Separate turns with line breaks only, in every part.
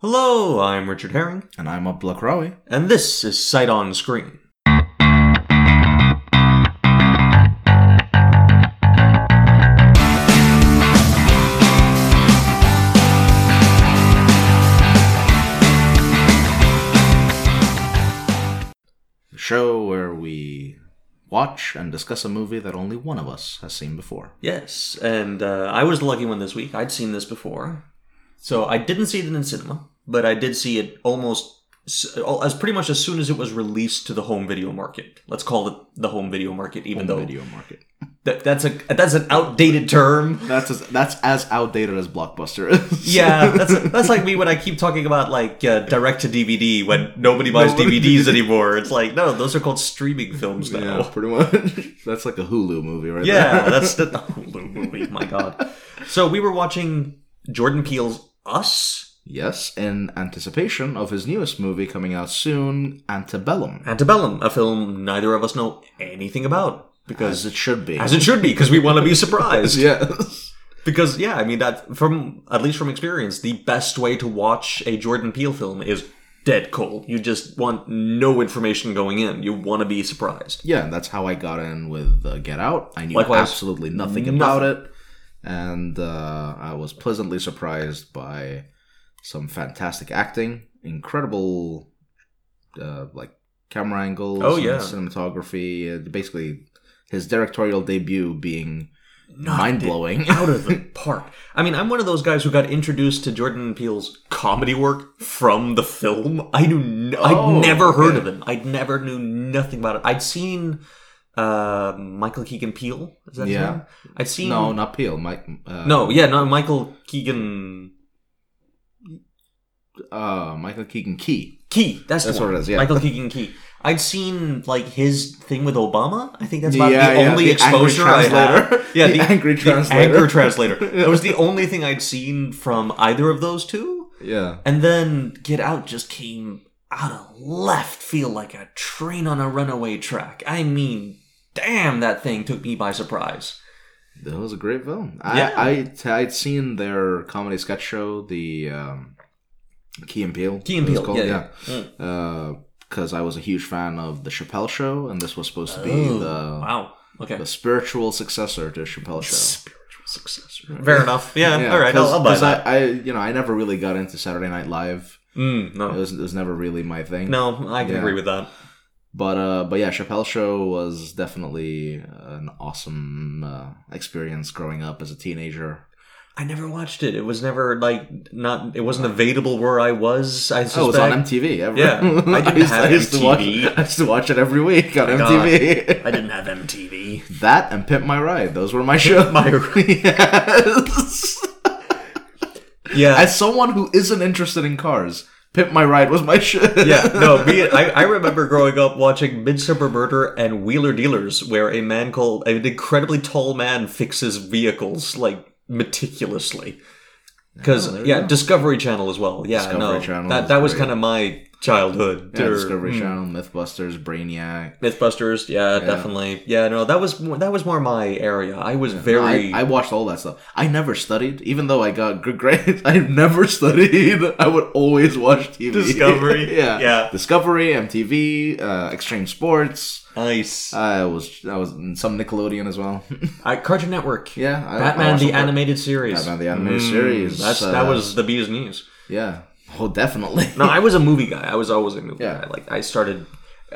Hello, I'm Richard Herring,
And I'm Abdul Akrawi.
and this is Sight on Screen.
The show where we watch and discuss a movie that only one of us has seen before.
Yes, and uh, I was the lucky one this week. I'd seen this before. So I didn't see it in cinema, but I did see it almost s- as pretty much as soon as it was released to the home video market. Let's call it the home video market, even
Home
though
video market.
That, that's a that's an outdated term.
That's as, that's as outdated as Blockbuster is.
Yeah, that's that's like me when I keep talking about like uh, direct to DVD when nobody buys
Nobody-
DVDs anymore. It's like no, those are called streaming films now.
Yeah, pretty much. That's like a Hulu movie, right?
Yeah,
there.
that's the the Hulu movie. My God. So we were watching Jordan Peele's Us
yes, in anticipation of his newest movie coming out soon, Antebellum.
Antebellum, a film neither of us know anything about because
As it should be.
as it should be because we want to be surprised.
yes.
Because yeah, I mean that from at least from experience, the best way to watch a Jordan Peele film is dead cold. You just want no information going in. You want to be surprised.
Yeah, and that's how I got in with uh, Get Out. I knew
Likewise.
absolutely nothing, about it, and uh, I was pleasantly surprised by some fantastic acting, incredible uh, like camera angles,
Oh,
and
yeah.
cinematography. Uh, basically, his directorial debut being
Knocked
mind
it
blowing.
out of the park. I mean, I'm one of those guys who got introduced to Jordan Peele's comedy work from the film. I knew n
Oh,
I'd never heard
okay.
of him. I'd never knew nothing about it. I'd seen uh, Michael Keegan Peele. Is that
Yeah.
his name? I'd seen
no, not Peel. Mike. Uh,
no, yeah, no, Michael Keegan
uh, Michael Keegan Key.
Key. That's,
That's
the one.
what it is, yeah.
Michael Keegan Key. I'd seen like his thing with Obama. I think that's about
Yeah,
the
yeah,
only
the
exposure I
angry
had.
translator.
Yeah,
The angry translator.
The angry translator. That was the only thing I'd seen from either of those two.
Yeah.
And then Get Out just came out of left field like a train on a runaway track. I mean, damn, that thing took me by surprise.
That was a great film. I,
Yeah.
I I'd seen their comedy sketch show, the um, Key and Peele.
Key and
it was
Peele,
called,
yeah, Mm.
Because I was a huge fan of the Chappelle Show, and this was supposed to be
Oh,
the
wow. Okay.
the spiritual successor to Chappelle Show.
Spiritual successor. Fair enough. Yeah. all right. I'll, I'll buy
Because I,
that.
I, you know, I never really got into Saturday Night Live.
Mm,
It
no.
was, it was never really my thing.
No, I can
Yeah.
agree with that.
But uh, but yeah, Chappelle Show was definitely an awesome uh, experience growing up as a teenager.
I never watched it. It was never like not. It wasn't available where I was. I suspect.
Oh, it's on MTV. Every,
Yeah, I didn't have
to watch,
MTV.
I used to watch it every week on
God.
MTV.
I didn't have MTV.
That and Pimp My Ride. Those were my shows.
My
yes.
Yeah,
As someone who isn't interested in cars, Pimp My Ride was my show.
yeah. No, me. I, I remember growing up watching Midsummer Murder and Wheeler Dealers, where a man called an incredibly tall man fixes vehicles like meticulously. Because
Oh, there you
yeah,
go.
Discovery Channel as well. Yeah,
Discovery
no,
Channel
that
is
that was
great.
kind of my childhood.
Yeah,
or-
Discovery
mm.
Channel, MythBusters, Brainiac.
Mythbusters, yeah,
Yeah.
definitely. Yeah, no, that was more, that was more my area. I was very.
I, I watched all that stuff. I never studied, even though I got good grades. I never studied. I would always watch TV.
Discovery.
yeah,
Yeah.
Discovery, MTV, uh, Extreme Sports.
nice.
I was I was in some Nickelodeon as well.
I, Cartoon Network.
yeah, I, I
Batman
watched
the
all that.
animated series. Hmm,
Batman the animated series.
That's
uh,
that was the bee's knees.
yeah. Oh, definitely.
No, I was a movie guy. I was always a movie
Yeah.
guy. Like I started,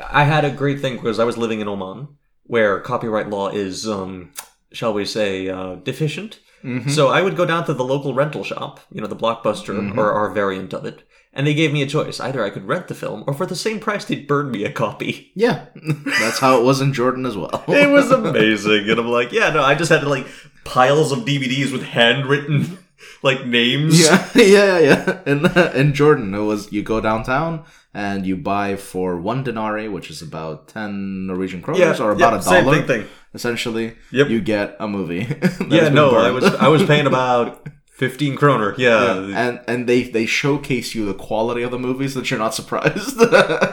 I had a great thing because I was living in Oman, where copyright law is, um, shall we say, uh, deficient.
Mm-hmm.
So I would go down to the local rental shop, you know, the blockbuster or our variant of it, and they gave me a choice: either I could rent the film, or for the same price, they'd burn me a copy.
Yeah, that's how it was in Jordan as well.
it was amazing and i'm like yeah no i just had like piles of dvds with handwritten like names
Yeah, yeah, yeah, yeah. In in Jordan, it was you go downtown and you buy for one denarii, which is about ten Norwegian kroners, or about a
same
dollar,
thing, thing.
essentially.
Yep.
You get a movie. that has
yeah
been
no i
burned.
was uh, i was paying about 15 kroner yeah,
And and they they showcase you the quality of the movies that you're not surprised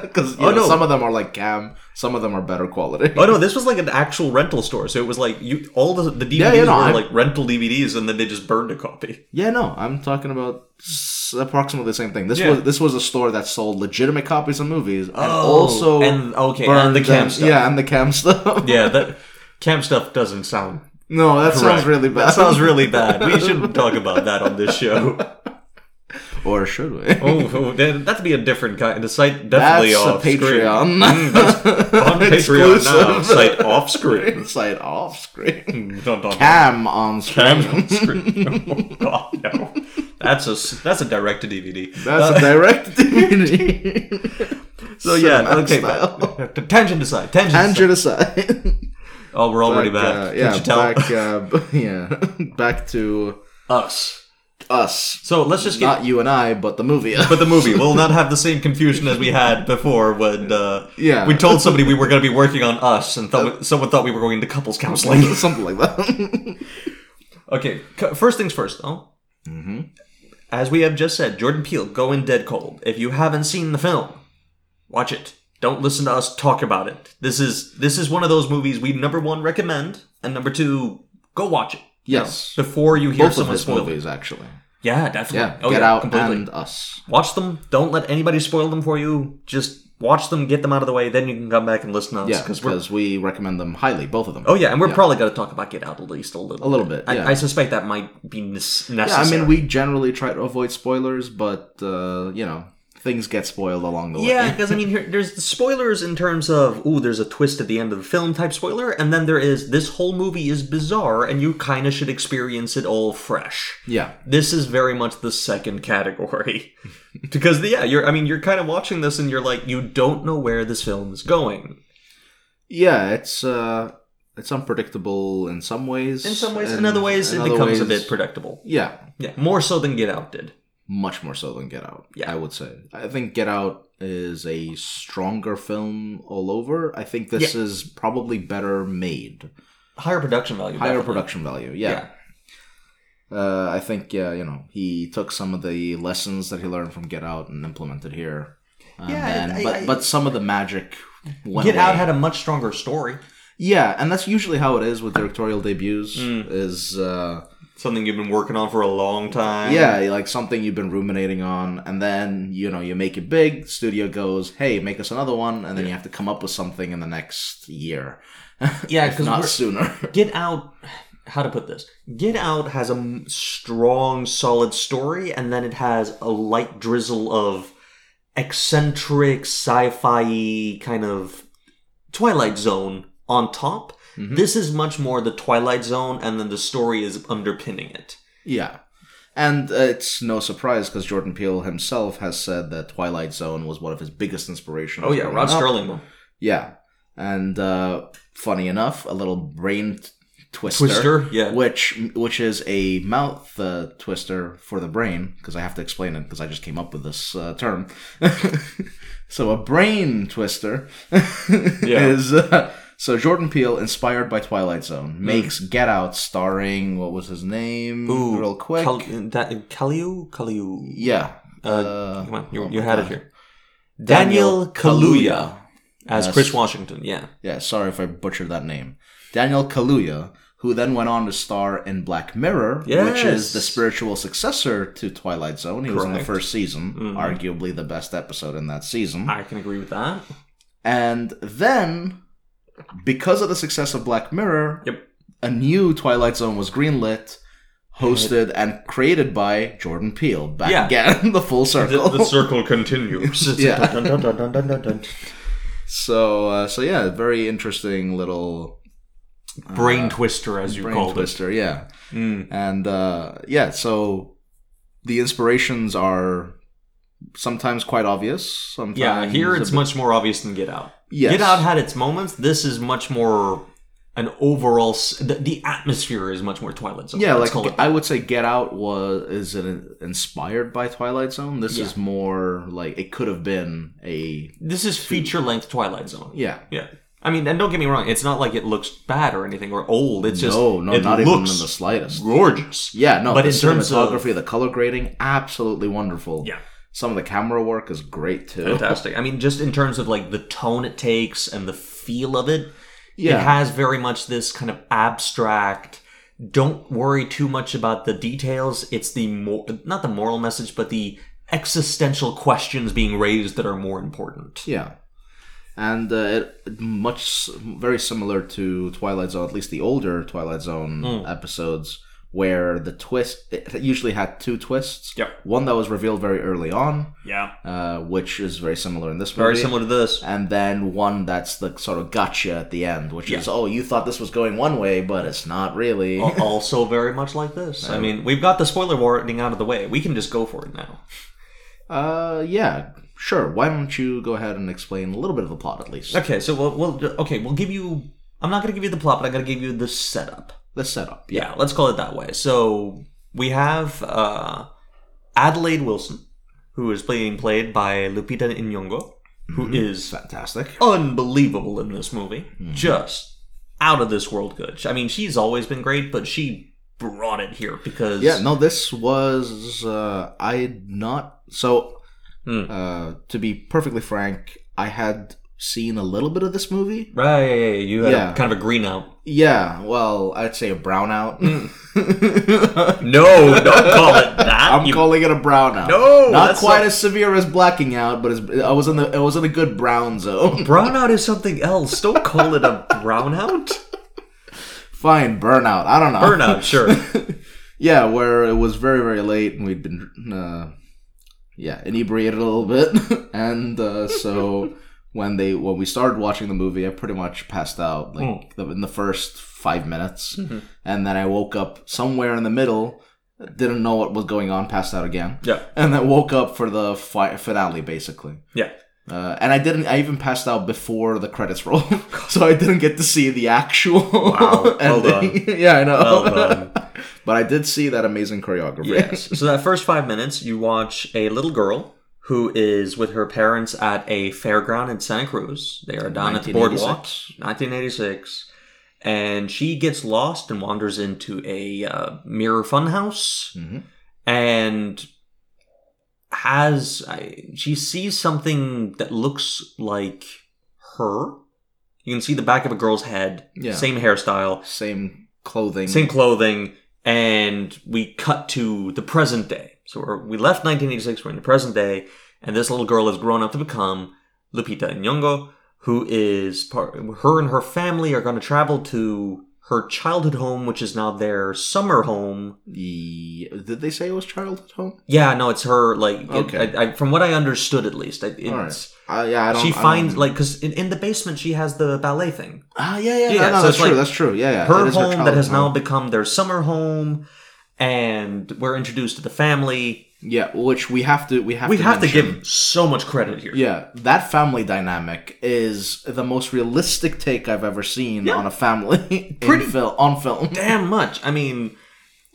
because
Oh, no.
some of them are like cam, some of them are better quality.
Oh no! This was like an actual rental store, so it was like you all the, the DVDs
Yeah, yeah, no,
were
I-
like rental DVDs, and then they just burned a copy.
Yeah, no, I'm talking about s- s- approximately the same thing. This
Yeah.
was this was a store that sold legitimate copies of movies and
Oh,
also
and okay, and
burned
the cam
them-
stuff.
Yeah, and the cam stuff.
yeah, that cam stuff doesn't sound.
no, that sounds
correct.
really bad.
That sounds really bad. We shouldn't talk about that on this show.
or should we?
Oh, oh, that- that'd be a different kind. The site definitely
That's a
off screen.
Patreon.
Mm, that's on Patreon now.
Exclusive.
Site off screen.
Inside off screen.
Mm, dun, dun, dun.
Cam on screen.
Cam on screen. Oh God, no. That's a s- that's a direct to DVD.
That's a direct DVD.
so yeah,
cinematic
okay.
style.
But, tangent aside, tangent. aside.
Tangent aside.
Oh, we're already
Back,
back.
uh,
Could
yeah,
you tell
back, uh, b- yeah, back to
us?
us.
So let's just get
Not you and I, but the movie.
But the movie will not have the same confusion as we had before when uh,
Yeah.
we told somebody we were going to be working on us and thought someone thought we were going to couples counseling.
something like that.
okay, c- first things first, though.
mm-hmm.
As we have just said, Jordan Peele, go in dead cold. If you haven't seen the film, watch it. Don't listen to us talk about it. This is this is one of those movies we number one recommend and number two go watch it.
Yes.
before you hear
Both of
someone
his
spoil it.
movies, actually.
Yeah, definitely.
Yeah, Get Out and Us.
Watch them. Don't let anybody spoil them for you. Just watch them, get them out of the way, then you can come back and listen to us.
Yeah,
because we're
because we recommend them highly, both of them.
oh yeah, and we're probably going to talk about Get Out at least a little,
A little bit,
I,
yeah.
I suspect that might be nes- necessary.
yeah. I mean, we generally try to avoid spoilers, but uh, you know, things get spoiled along the
yeah,
way.
because I mean, here, there's the spoilers in terms of ooh, there's a twist at the end of the film type spoiler, and then there is this whole movie is bizarre, and you kind of should experience it all fresh.
Yeah,
this is very much the second category because yeah you're i mean you're kind of watching this and you're like you don't know where this film is going
yeah. It's uh, it's unpredictable in some ways.
in some ways in
and
other ways
in
it
other
becomes a
ways-
bit predictable
Yeah,
yeah more so than get out did
much more so than Get Out.
Yeah.
I would say. I think Get Out is a stronger film all over. I think this is probably better made,
higher production value
higher
definitely.
production value. Yeah. Uh, I think yeah, you know, he took some of the lessons that he learned from Get Out and implemented here. And
Yeah,
then-
I-
but
I-
but some of the magic went
get out
away.
had a much stronger story
yeah, and that's usually how it is with directorial debuts.
Mm.
Is uh,
something you've been working on for a long time
Yeah, like something you've been ruminating on, and then you know you make it big. Studio goes, "Hey, make us another one," and then you have to come up with something in the next year,
yeah
if not sooner.
Get Out. How to put this? Get Out has a m- strong, solid story, and then it has a light drizzle of eccentric, sci-fi kind of Twilight Zone on top.
Mhm.
This is much more the Twilight Zone, and then the story is underpinning it.
yeah, and uh, it's no surprise because Jordan Peele himself has said that Twilight Zone was one of his biggest inspirations.
Oh yeah,
growing
Rod
up.
Sterling one.
Yeah, and uh, funny enough, a little brain t- twister.
Twister. Yeah.
Which which is a mouth uh, twister for the brain because I have to explain it because I just came up with this uh, term. so a brain twister is uh, so Jordan Peele inspired by Twilight Zone
Hmm.
makes Get Out starring what was his name
Ooh,
real quick
Cal- that, Kaliu, Kaliu.
yeah
Uh, Come on, you,
oh
you
my
had
God.
it here. Daniel, Kaluuya as
Yes.
Chris Washington. Yeah.
Yeah, sorry if I butchered that name. Daniel Kaluuya, who then went on to star in Black Mirror, which is
Yes.
the spiritual successor to Twilight Zone. He was in the
Correct.
first season,
Mhm.
arguably the best episode in that season.
I can agree with that.
And then, because of the success of Black Mirror,
Yep.
a new Twilight Zone was greenlit, hosted and created by Jordan Peele. Back
Yeah.
again, the full circle.
circle continues.
Yeah.
Dun, dun, dun, dun, dun, dun, dun.
so, uh, so yeah, very interesting little
Brain twister, as you
brain
called
twister. Yeah.
it. Mm.
And uh, yeah, so the inspirations are sometimes quite obvious. Sometimes
Yeah, here it's
a bit-
much more obvious than Get Out.
Yes.
Get Out had its moments. This is much more an overall. s- The, the atmosphere is much more Twilight Zone.
yeah,
Let's
like
call it
I would say, Get Out was is an, inspired by Twilight Zone. This
Yeah.
is more like it could have been a
this is feature length Twilight Zone.
yeah.
Yeah. I mean, and don't get me wrong, it's not like it looks bad or anything or old. It's just
no, no,
it
not even in
looks
the slightest.
gorgeous.
Yeah, no.
But
the
in terms of-
cinematography, the color grading, absolutely wonderful.
Yeah.
some of the camera work is great too.
Fantastic. I mean, just in terms of like the tone it takes and the feel of it,
Yeah.
it has very much this kind of abstract. Don't worry too much about the details. It's the more not the moral message, but the existential questions being raised that are more important.
Yeah. And uh, it, it much very similar to Twilight Zone, at least the older Twilight Zone
Hmm.
episodes, where the twist it usually had two twists.
Yep.
One that was revealed very early on,
Yeah.
uh, which is very similar in this movie.
Very similar to this.
And then one that's the sort of gotcha at the end, which is oh you thought this was going one way, but it's not really.
Al- also very much like this. I mean, we've got the spoiler warning out of the way. We can just go for it now.
Uh, yeah, sure. Why don't you go ahead and explain a little bit of the plot at least?
Okay, so we'll, we'll okay, we'll give you. I'm not going to give you the plot, but I'm going to give you the setup.
The setup.
Yeah, let's call it that way. So we have uh, Adelaide Wilson, who is being played by Lupita Nyong'o, who
Mm-hmm.
is
Fantastic.
unbelievable in this movie,
Mm-hmm.
just out of this world good. I mean, she's always been great, but she brought it here because
Yeah, no, this was uh, I not so.
Hmm.
Uh, to be perfectly frank, I had seen a little bit of this movie.
right, you had
Yeah.
a, kind of a green out.
Yeah, well, I'd say a brownout.
Hmm. No, don't call it that.
I'm
you-
calling it a brownout.
No,
not
that's
quite
not-
as severe as blacking out, but it's, I was in the I was in a good brown zone.
brownout is something else. Don't call it a brownout.
Fine, burnout. I don't know.
Burnout, sure.
Yeah, where it was very very late and we'd been uh, yeah inebriated a little bit, and uh, so when they when we started watching the movie, I pretty much passed out like
Hmm.
the- in the first five minutes, and then I woke up somewhere in the middle, didn't know what was going on, passed out again,
Yeah,
and then woke up for the fi- finale basically.
yeah.
Uh, and I didn't. I even passed out before the credits roll, so I didn't get to see the actual.
Wow, well
ending. yeah, I know.
Well um, done.
but I did see that amazing choreography.
Yes. So that first five minutes, you watch a little girl who is with her parents at a fairground in Santa Cruz. They are down at the boardwalk,
1986.
1986, and she gets lost and wanders into a uh, mirror funhouse
Mhm.
and has I, she sees something that looks like her. You can see the back of a girl's head,
Yeah.
same hairstyle,
Same clothing.
same clothing, and we cut to the present day. So we're, we left 1986, we're in the present day, and this little girl has grown up to become Lupita Nyong'o, who is part. Her and her family are going to travel to her childhood home, which is now their summer home.
Ye- did they say it was childhood home?
Yeah, no, it's her. Like, it-
Okay.
I, I, from what I understood, at least, I- it's.
Alright. Uh, yeah, I don't.
She
I don't-
finds like because in, in the basement she has the ballet thing.
Ah, yeah, yeah,
Yeah, so
no, no, that's
it's
true.
like
that's true. Yeah, yeah.
her
It is
home that
childhood
has now
home.
become their summer home, and we're introduced to the family.
Yeah, which we have to. We have.
we
to
have
mention.
to give so much credit here.
Yeah, that family dynamic is the most realistic take I've ever seen on a family in
Pretty-
fil- on film.
Damn much. I mean,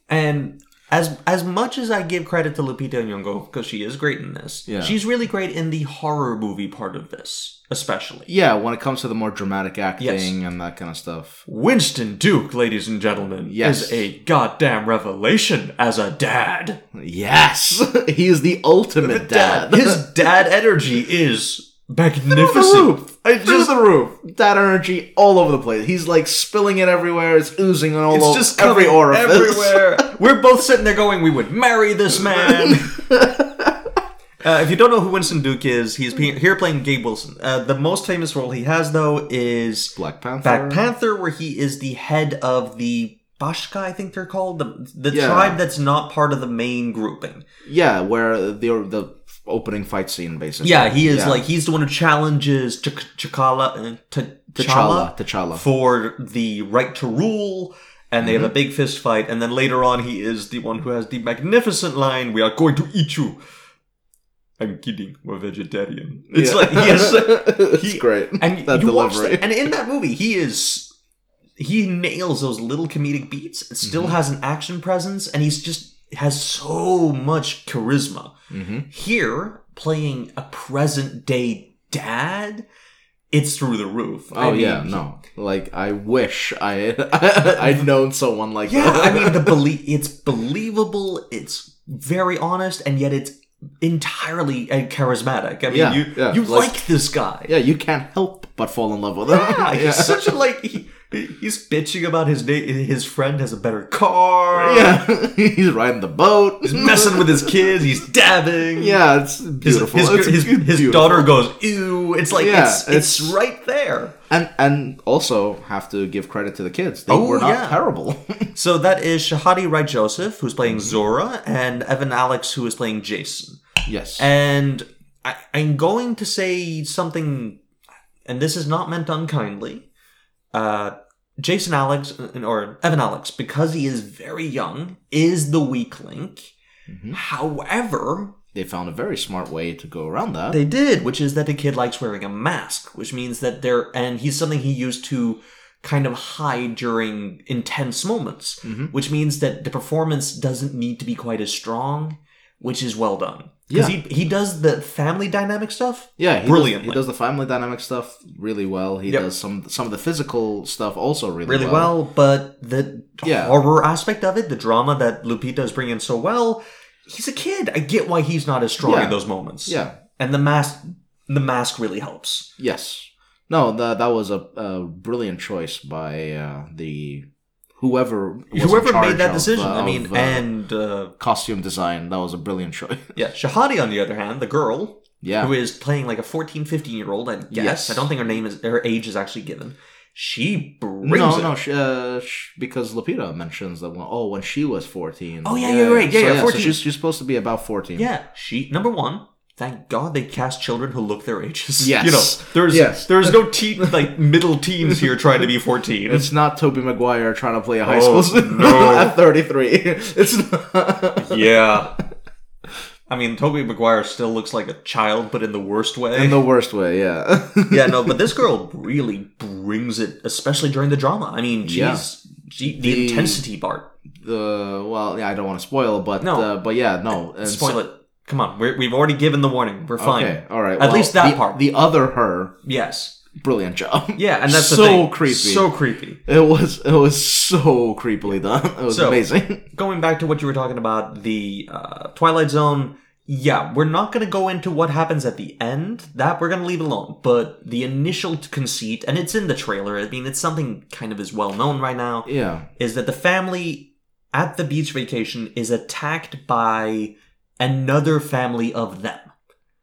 and as as much as I give credit to Lupita Nyong'o because she is great in this,
Yeah.
she's really great in the horror movie part of this, especially.
Yeah, when it comes to the more dramatic acting
Yes.
and that kind of stuff.
Winston Duke, ladies and gentlemen,
Yes.
is a goddamn revelation as a dad.
Yes, he is the ultimate dad.
His dad energy is
Through the
magnificent.
roof, just the roof. Dad energy all over the place. He's like spilling it everywhere. It's oozing all
It's
over
just
every
coming
orifice.
everywhere. We're both sitting there going, "We would marry this man." Uh, if you don't know who Winston Duke is, he's pe- here playing Gabe Wilson. Uh, the most famous role he has, though, is
Black Panther.
Black Panther, where he is the head of the Bashka, I think they're called, the, the
Yeah.
tribe that's not part of the main grouping.
Yeah, where the the opening fight scene basically.
Yeah, he is
Yeah.
like he's the one who challenges Ch- Chakala, T- T'Challa,
T'Challa. T'Challa.
for the right to rule, and they have a
Mhm.
big fist fight. And then later on, he is the one who has the magnificent line, "We are going to eat you." I'm kidding. We're vegetarian. It's
Yeah.
like he has,
it's
he-
great.
and
That
you watch
delivery.
that- and in that movie, he is he nails those little comedic beats. and
Mhm.
Still has an action presence, and he's just has so much charisma
hmm
here playing a present day dad it's through the roof
Oh yeah, no. Like I wish I I'd known someone like
yeah
that.
i mean the belie- it's believable it's very honest and yet it's entirely uh, charismatic i mean
Yeah,
you
yeah,
you
like-
like, this guy
yeah, you can't help but fall in love with him.
Yeah, he's such a like he, He's bitching about his da- his friend has a better car.
Yeah, he's riding the boat.
He's messing with his kids. He's dabbing.
Yeah, it's
His,
beautiful.
his,
It's
his, his
beautiful.
daughter goes, ew. It's like,
Yeah,
it's, it's,
it's-
right there.
and and also have to give credit to the kids. They
Oh,
were not
yeah.
terrible.
So that is Shahadi Rai Joseph, who's playing Zora, and Evan Alex, who is playing Jason.
yes,
And I, I'm going to say something, and this is not meant unkindly. Uh, Jason Alex, uh, or Evan Alex, because he is very young, is the weak link.
Mhm.
However,
they found a very smart way to go around that.
They did, which is that the kid likes wearing a mask, which means that they're, and he's something he used to kind of hide during intense moments,
Mhm.
which means that the performance doesn't need to be quite as strong, which is well done. Because
Yeah.
he, he does the family dynamic stuff.
yeah, he
Brilliantly.
Does, he does the family dynamic stuff really well. He
Yep.
does some some of the physical stuff also really
Really well, but the
Yeah.
horror aspect of it, the drama that Lupita is bringing so well, he's a kid. I get why he's not as strong
Yeah.
in those moments.
Yeah.
and the mask, the mask really helps.
Yes. No. That that was a, a brilliant choice by uh, the whoever was in
Whoever
charge
made that
of,
decision,
uh,
I mean,
of, uh,
and uh,
costume design. That was a brilliant choice.
Yeah, Shahadi, on the other hand, the girl
yeah.
who is playing like a 14, 15 year old, I guess.
Yes.
I don't think her name is, her age is actually given. She brings
No,
it.
no, sh uh, sh- because Lupita mentions that when, oh, when she was fourteen.
Oh, yeah, you're right. Yeah, yeah, 14.
she's, she's supposed to be about fourteen.
Yeah, she, number one, thank God they cast children who look their ages.
Yes.
You know, there's,
Yes.
there's no teen, like middle teens here trying to be 14.
It's not Toby Maguire trying to play a high
Oh,
school
no.
at 33. It's not.
yeah. I mean, Toby Maguire still looks like a child, but in the worst way.
In the worst way, yeah.
yeah, no, but this girl really brings it, especially during the drama. I mean, she's,
Yeah.
she, the,
The-
intensity part.
the well, yeah, I don't want to spoil, but
No.
uh, but yeah, no. and
Spoil
so-
it. Come on, we're, we've already given the warning. We're fine.
Okay, all right.
At least that
the,
part.
The other her,
Yes.
brilliant job.
Yeah, and that's the
so
thing.
creepy.
So creepy.
it was it was so creepily done. It was
So-
amazing.
Going back to what you were talking about, the uh, Twilight Zone. Yeah, we're not going to go into what happens at the end. That we're going to leave alone. But the initial conceit, and it's in the trailer. I mean, it's something kind of is well known right now.
Yeah,
Is that the family at the beach vacation is attacked by another family of them.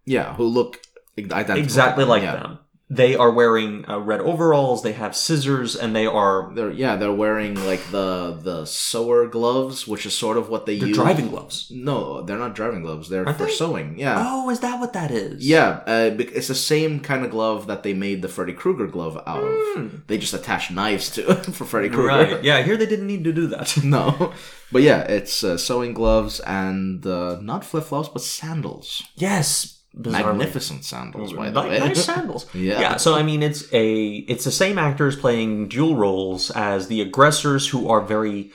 yeah. Who look identical.
exactly like
yeah.
them. They are wearing uh, red overalls. They have scissors, and they are
They're yeah, they're wearing like the the sewer gloves, which is sort of what they
they're
use.
driving gloves.
No, they're not driving gloves. They're
Aren't
for
they?
sewing. Yeah.
Oh, is that what that is?
Yeah, uh, bec- it's the same kind of glove that they made the Freddy Krueger glove out of.
Hmm.
They just attach knives to it for Freddy Krueger.
Right. Yeah. Here they didn't need to do that.
No, but yeah, it's uh, sewing gloves and uh, not flip flops, but sandals.
yes. Bizarrely.
Magnificent sandals, by the
Ni-
way.
Nice sandals.
Yeah.
So I mean, it's a it's the same actors playing dual roles as the aggressors who are very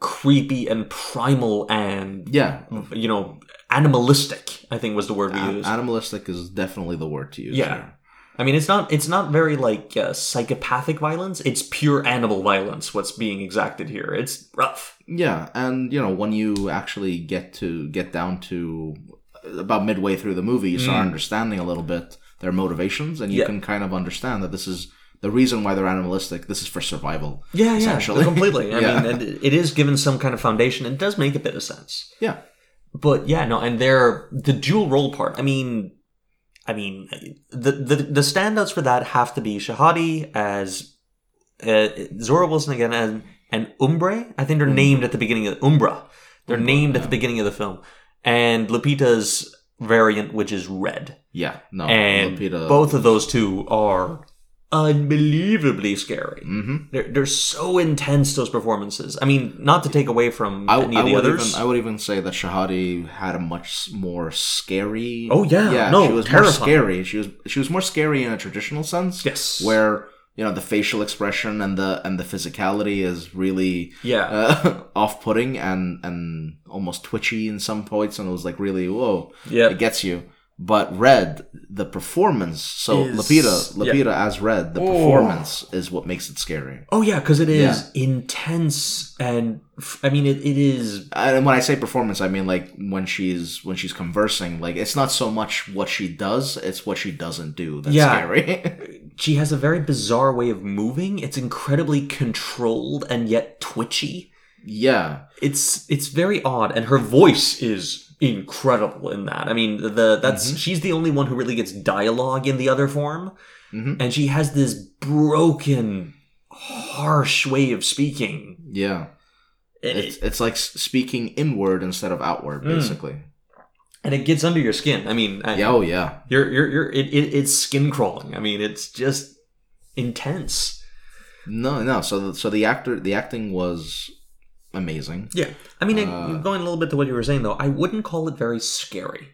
creepy and primal and
yeah.
you know animalistic. I think was the word we
a-
used.
animalistic is definitely the word to use.
Yeah.
here.
I mean, it's not it's not very like uh, psychopathic violence. It's pure animal violence. What's being exacted here? It's rough.
Yeah, and you know when you actually get to get down to uh, about midway through the movie, you start understanding a little bit their motivations, and you
Mm. Yeah.
can kind of understand that this is the reason why they're animalistic. This is for survival.
Yeah,
Essentially.
completely. I
Yeah.
mean, and it is given some kind of foundation. It does make a bit of sense.
Yeah,
But yeah, no, and they're the dual role part. I mean, I mean, the the, the standouts for that have to be Shahadi as uh, Zora Wilson again, and and Umbre. I think they're named at the beginning of Umbra. They're
Hmm. Umbra,
named at
yeah.
the beginning of the film, and Lupita's variant, which is Red.
yeah, no,
and
Lupita-
both of those two are unbelievably scary.
Mhm.
They're, they're so intense those performances. I mean, not to take away from
I,
any
I
of the
would
others.
even I would even say that Shahadi had a much more scary.
Oh, yeah. No,
she was more
terrifying.
scary. She was she was more scary in a traditional sense.
yes.
where you know the facial expression and the and the physicality is really
yeah.
uh, off-putting and and almost twitchy in some points, and it was like really whoa,
yeah.
it gets you. But Red, the performance, so
Is-
Lapita, Lapita as Red, the
Oh.
performance is what makes it scary.
Oh yeah, because it is intense and f- I mean it, it is
And when I say performance, I mean like when she's when she's conversing, like it's not so much what she does, it's what she doesn't do that's
Yeah.
scary.
she has a very bizarre way of moving. It's incredibly controlled and yet twitchy.
Yeah.
It's it's very odd, and her voice is incredible in that. I mean, the
Mm-hmm.
that's she's the only one who really gets dialogue in the other form,
Mhm.
and she has this broken, harsh way of speaking.
Yeah.
And
It's,
it,
it's like s- speaking inward instead of outward,
Mm.
basically.
and it gets under your skin. I mean, I-
Yeah, oh yeah.
You're you're you're it, it it's skin crawling. I mean, it's just intense.
No, no. So, the, so the actor, the acting was amazing.
I mean,
Uh.
I, going a little bit to what you were saying though, I wouldn't call it very scary.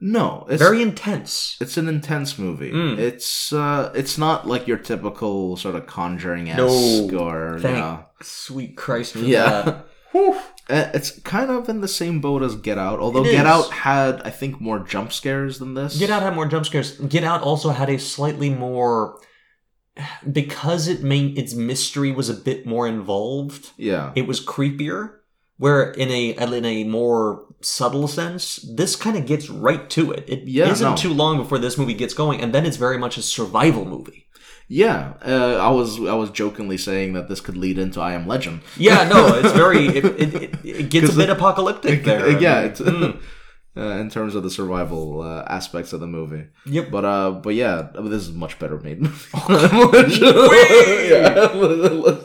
No, it's
very intense.
It's an intense movie.
Mm.
It's uh, it's not like your typical sort of conjuring esque
No.
or
Thank
yeah,
Sweet Christ. For
yeah.
That.
Uh, it's kind of in the same boat as Get Out, although
It
Get
is.
Out had I think more jump scares than this.
Get Out had more jump scares. Get Out also had a slightly more because it main its mystery was a bit more involved.
Yeah,
It was creepier. Where in a in a more subtle sense, this kind of gets right to it. It
Yeah,
not
no.
too long before this movie gets going, and then it's very much a survival movie.
yeah. Uh, I was I was jokingly saying that this could lead into I Am Legend.
Yeah, no, it's very it it, it, it gets a bit apocalyptic there.
yeah, it's,
Mm.
uh, in terms of the survival uh, aspects of the movie.
yep.
But uh, but yeah, I mean, this is a much better made. movie.
Way!
Yeah.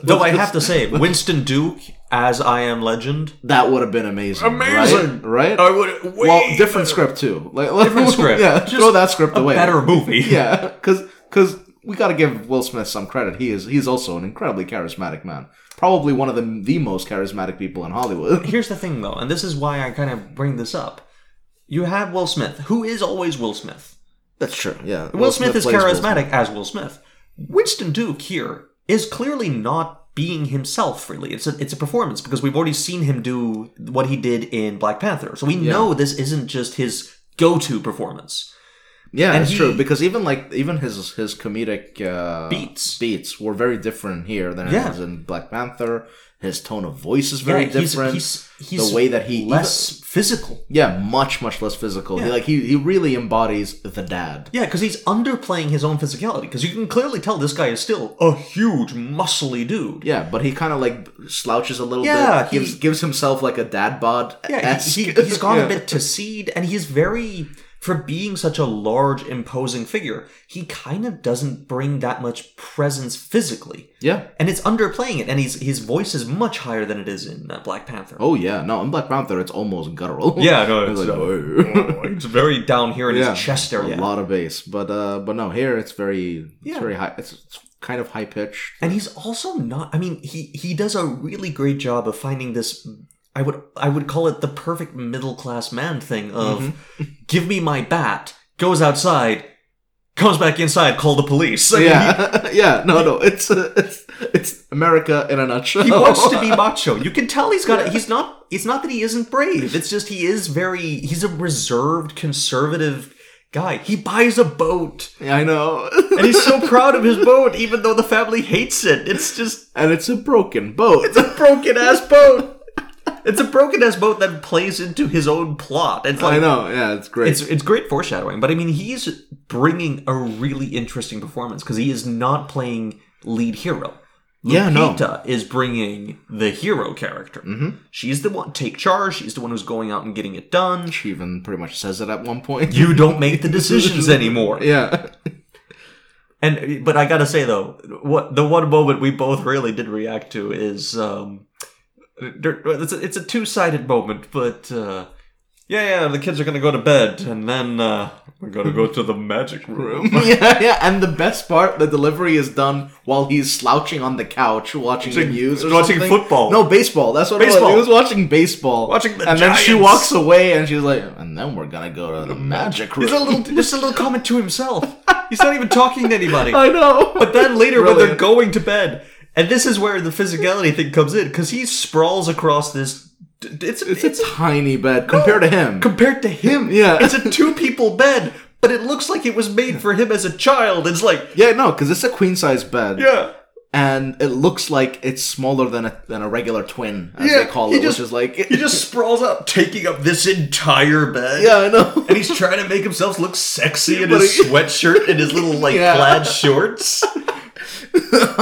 Though I have to say, Winston Duke as I Am Legend.
That would have been amazing.
Amazing!
right? right?
I would
well, different script too. Like
Different script.
Yeah,
Just
throw that script away.
better movie.
Yeah, because we got to give Will Smith some credit. He is he's also an incredibly charismatic man. Probably one of the the most charismatic people in Hollywood.
Here's the thing, though, and this is why I kind of bring this up. You have Will Smith, who is always Will Smith.
That's true. Yeah,
Will, Smith, is charismatic as Will Smith. Winston Duke here is clearly not being himself. Really, it's a it's a performance because we've already seen him do what he did in Black Panther, so we know this isn't just his go-to performance.
Yeah,
And
that's
he-
true. Because even like even his his comedic uh,
Beats.
beats were very different here than
Yeah.
it is in Black Panther. His tone of voice is very
Yeah, he's-
different.
He's, he's
the way that he
less physical.
Yeah, much much less physical. He,
Yeah.
like he, he really embodies the dad.
Yeah, because he's underplaying his own physicality. Because you can clearly tell this guy is still a huge, muscly dude.
Yeah, but he kind of like slouches a little
Yeah,
bit.
he-
gives gives himself like a dad bod.
Yeah, he, he, has gone a bit to seed, and he's very for being such a large, imposing figure. He kind of doesn't bring that much presence physically,
Yeah.
and it's underplaying it. And he's his voice is much higher than it is in uh, Black Panther.
Oh yeah. No, in Black Panther, it's almost guttural.
no,
It's like,
uh, it's very down here in
Yeah.
his chest
a
area,
lot of bass, but uh, but no, here it's very it's
Yeah.
very high. It's, it's kind of high pitched.
and he's also not. I mean, he he does a really great job of finding this. I would I would call it the perfect middle class man thing of give me my bat, goes outside, comes back inside, call the police. I mean,
yeah, yeah. No, no. It's uh, it's it's America in a nutshell.
he, he wants to be macho. You can tell he's got. A, he's not. It's not that he isn't brave. It's just he is very. He's a reserved, conservative guy. He buys a boat,
Yeah, I know.
and he's so proud of his boat, even though the family hates it. It's just
and it's a broken boat.
a broken ass boat. It's a broken ass boat that plays into his own plot. It's like
I know. Yeah, it's great.
It's it's great foreshadowing, but I mean he's bringing a really interesting performance because he is not playing lead hero. Lupita
Yeah, no.
is bringing the hero character. Mm-hmm. She's the one take charge. She's the one who's going out and getting it done.
she even pretty much says it at one point.
You don't make the decisions anymore.
yeah.
And but I gotta say though, what the one moment we both really did react to is um, there- it's a, it's a two sided moment, but uh, yeah, yeah, the kids are gonna go to bed, and then uh, we're gonna go to the magic room.
yeah, yeah, and the best part, the delivery is done while he's slouching on the couch watching the news or
watching
something.
football.
No, baseball. That's what it was.
Baseball.
He was watching baseball.
Watching the
And then she
Giants.
walks away and she's like, and then we're gonna go to the magic room.
He's a little, just a little comment to himself. He's not even talking to anybody.
I know.
But then later, when they're
Brilliant.
going to bed, and this is where the physicality thing comes in, because he sprawls across this. d- d- It's it's,
it's a tiny bed compared to him.
compared to him.
Yeah.
it's a two people bed, but it looks like it was made for him as a child. It's like
yeah, no, because it's a queen size bed.
yeah,
and it looks like it's smaller than a than a regular twin, as
Yeah,
they call
he
it,
just-
which is like
He just sprawls up, taking up this entire bed.
yeah, I know.
And he's trying to make himself look sexy in
But
his
he-
sweatshirt and his little like
Yeah.
plaid shorts.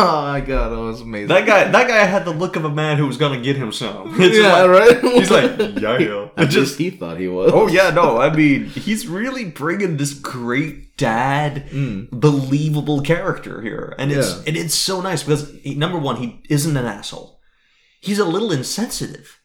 oh my god, that was amazing.
That guy, that guy had the look of a man who was gonna get him some. It's just
yeah,
like-
right.
He's like, yeah, yeah.
at
It just
least he thought he was.
Oh yeah, no. I mean, he's really bringing this great dad, believable character here, and it's
Hmm. Yeah.
and it's so nice because he, number one, he isn't an asshole. He's a little insensitive.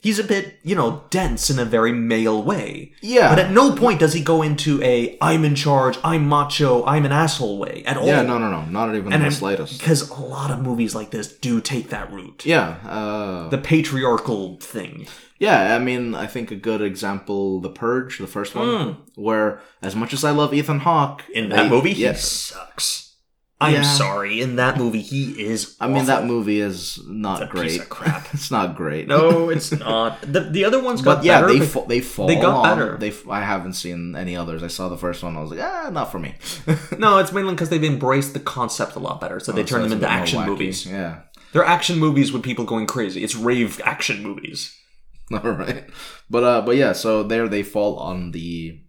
He's a bit, you know, dense in a very male way.
yeah,
But at no point does he go into a I'm in charge, I'm macho, I'm an asshole way at all.
yeah, no, no, no, not even
And
the
I'm-
slightest.
Because a lot of movies like this do take that route.
Yeah, uh,
The patriarchal thing.
yeah. I mean, I think a good example, The Purge, the first one,
Mm.
where as much as I love Ethan Hawke
In that movie, he
yes,
sucks. I'm
Yeah.
sorry. In that movie, he is.
I mean that
awful.
movie is not
It's a
great.
piece of crap.
It's not great.
no, it's not. The, the other ones got
But yeah,
better.
they
but-
fa- they fall.
they got
on-
better.
They f- I haven't seen any others. I saw the first one. I was like, ah, not for me.
no, it's mainly because they've embraced the concept a lot better, so they turn
Oh, So it's
them into
a bit more
action
wacky.
movies.
Yeah.
They're action movies with people going crazy. It's rave action movies.
All right. But uh, but yeah. So there they fall on the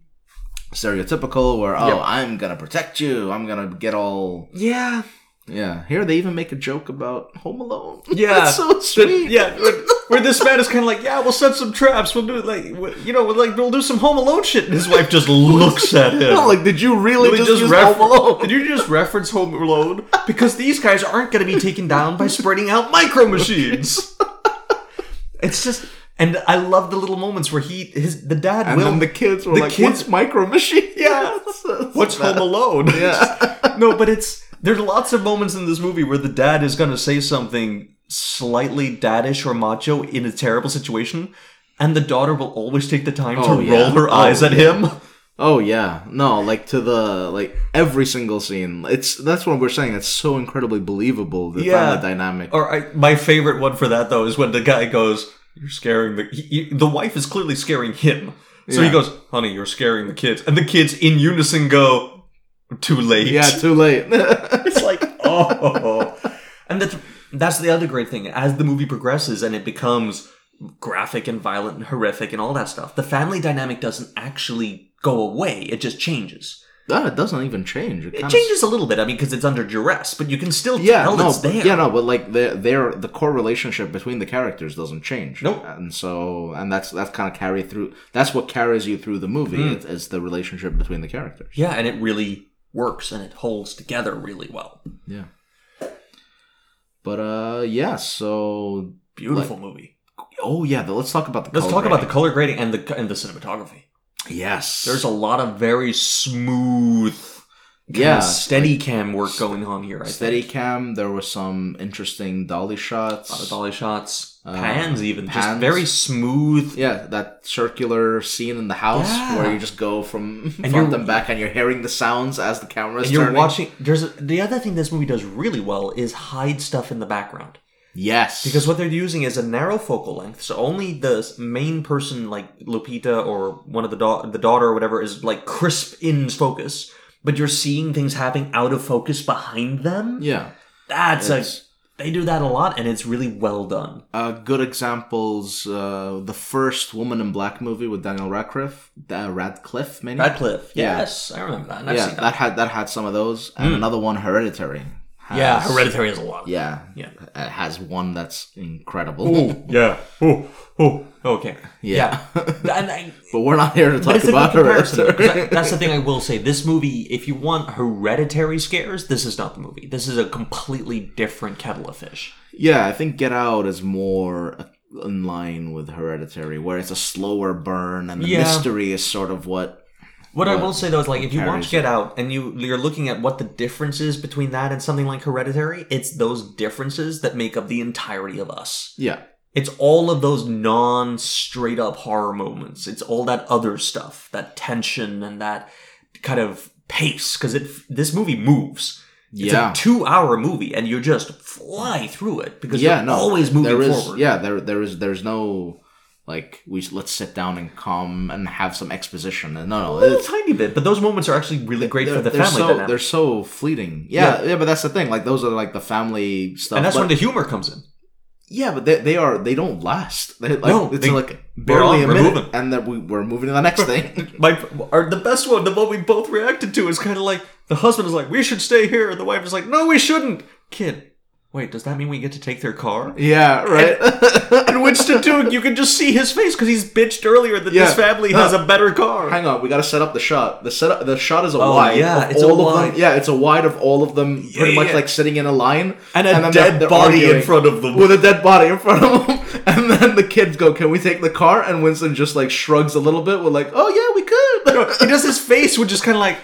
stereotypical where oh
Yep.
I'm gonna protect you. I'm gonna get all
Yeah,
yeah. Here they even make a joke about Home Alone.
Yeah.
That's so
the,
sweet.
yeah. Where, where this man is kind of like, yeah, we'll set some traps. We'll do it like, we- you know, we'll, like we'll do some Home Alone shit. And his wife just looks at him.
No, like, did you really
Did we
just,
just
use
refer-
Home Alone?
Did you just reference Home Alone? Because these guys aren't going to be taken down by spreading out micro machines. it's just, and I love the little moments where he, his, the dad
And
will.
then the kids were
the
like,
kids-
"What's micro machine?
Yeah. What's Home Alone?
Yeah.
no, but it's there's lots of moments in this movie where the dad is going to say something slightly daddish or macho in a terrible situation, and the daughter will always take the time
Oh,
to
yeah.
roll her
Oh,
eyes at
yeah.
him.
Oh yeah, no, like to the like every single scene. It's that's what we're saying. It's so incredibly believable the
Yeah. Oh,
family dynamic.
Or I, my favorite one for that though is when the guy goes, "You're scaring the he, he- the wife is clearly scaring him." So he
Yeah.
goes, "Honey, you're scaring the kids," and the kids in unison go, "Too late."
Yeah, too late.
it's like oh, and that's that's the other great thing. As the movie progresses and it becomes graphic and violent and horrific and all that stuff, the family dynamic doesn't actually go away. It just changes.
no, it doesn't even change. It,
It
kinda-
changes a little bit. I mean, because it's under duress, but you can still
Yeah,
tell
no,
it's
but-
there.
yeah, no, but like their their the core relationship between the characters doesn't change.
Nope.
and so and that's that's kind of carry through. That's what carries you through the movie
Hmm.
is, is the relationship between the characters.
Yeah, and it really works and it holds together really well.
Yeah. But uh, yeah. So
Beautiful movie.
oh yeah, the, let's talk about the.
Let's
color
talk about the
grading.
color grading and the and the cinematography.
yes.
There's a lot of very smooth,
Yeah,
yeah, steady cam work going on here. I
steady
think.
cam there were some interesting
a
dolly
lot of
shots
dolly shots,
Uh,
pans even, just
pans.
very smooth.
yeah that circular scene in the house
Yeah.
where you just go from
And
front
you're-
and back and you're hearing the sounds as the camera is
And you're
turning.
watching. There's a, the other thing this movie does really well is hide stuff in the background.
yes
Because what they're using is a narrow focal length, so only the main person, like Lupita or one of the da- the daughter or whatever, is like crisp in focus. But you're seeing things happening out of focus behind them.
yeah
That's a
it's-
they do that a lot, and it's really well done.
uh, good examples uh, the first woman in black movie with daniel radcliffe uh, radcliffe maybe
Radcliffe,
Yeah.
yes, I remember that. and I've
yeah
seen
that.
that.
had that had some of those and
Mm.
another one hereditary
yeah,
has-
Hereditary is a lot.
yeah
yeah.
it has one that's incredible
Oh, yeah. Oh, oh, okay.
yeah,
And I,
but we're not here to
but
talk
it's a good
about
comparison. though, 'cause
hereditary
I- That's the thing I will say. This movie, if you want hereditary scares, this is not the movie. This is a completely different kettle of fish.
Yeah, I think Get Out is more in line with Hereditary, where it's a slower burn and the
Yeah.
mystery is sort of what.
What I
What
will say though is like if you watch
carries
Get Out and you you're looking at what the difference is between that and something like Hereditary, it's those differences that make up the entirety of us.
Yeah,
It's all of those non straight up horror moments. It's all that other stuff, that tension and that kind of pace because it this movie moves. It's
yeah,
a two hour movie and you just fly through it because
yeah.
you're
No,
always moving
there is,
forward.
Yeah, there there is there's no like we should- let's sit down and come and have some exposition. And
A
no, no,
little
it's
tiny bit, but those moments are actually really great for the
they're
family
So,
dynamic.
They're so fleeting. Yeah, yeah, but that's the thing. Like those are like the family stuff.
and that's
but,
when the humor comes in.
yeah, but they, they are they don't last. They, like,
No,
it's
they-
like
they're
barely
on,
a
we're
minute,
moving.
and that we we're moving to the next thing.
My are the best one, the one we both reacted to, is kind of like the husband is like, "We should stay here," and the wife is like, "No, we shouldn't." Kid, wait, does that mean we get to take their car?
yeah, right.
And Winston Duke, you can just see his face because he's bitched earlier that
Yeah.
this family has a better car.
Hang on, we gotta set up the shot. The setup, the shot is a
Oh,
wide.
yeah,
of
it's a
all of
wide.
Them. Yeah, it's a wide of all of them, pretty
Yeah,
much
yeah.
like sitting in a line,
and a
then
dead
they're- they're
body in
arguing
front of them.
with a dead body in front of them. And then the kids go, "Can we take the car?" And Winston just like shrugs a little bit. We're like, "Oh yeah, we
he
could."
does his face, which is kind of like,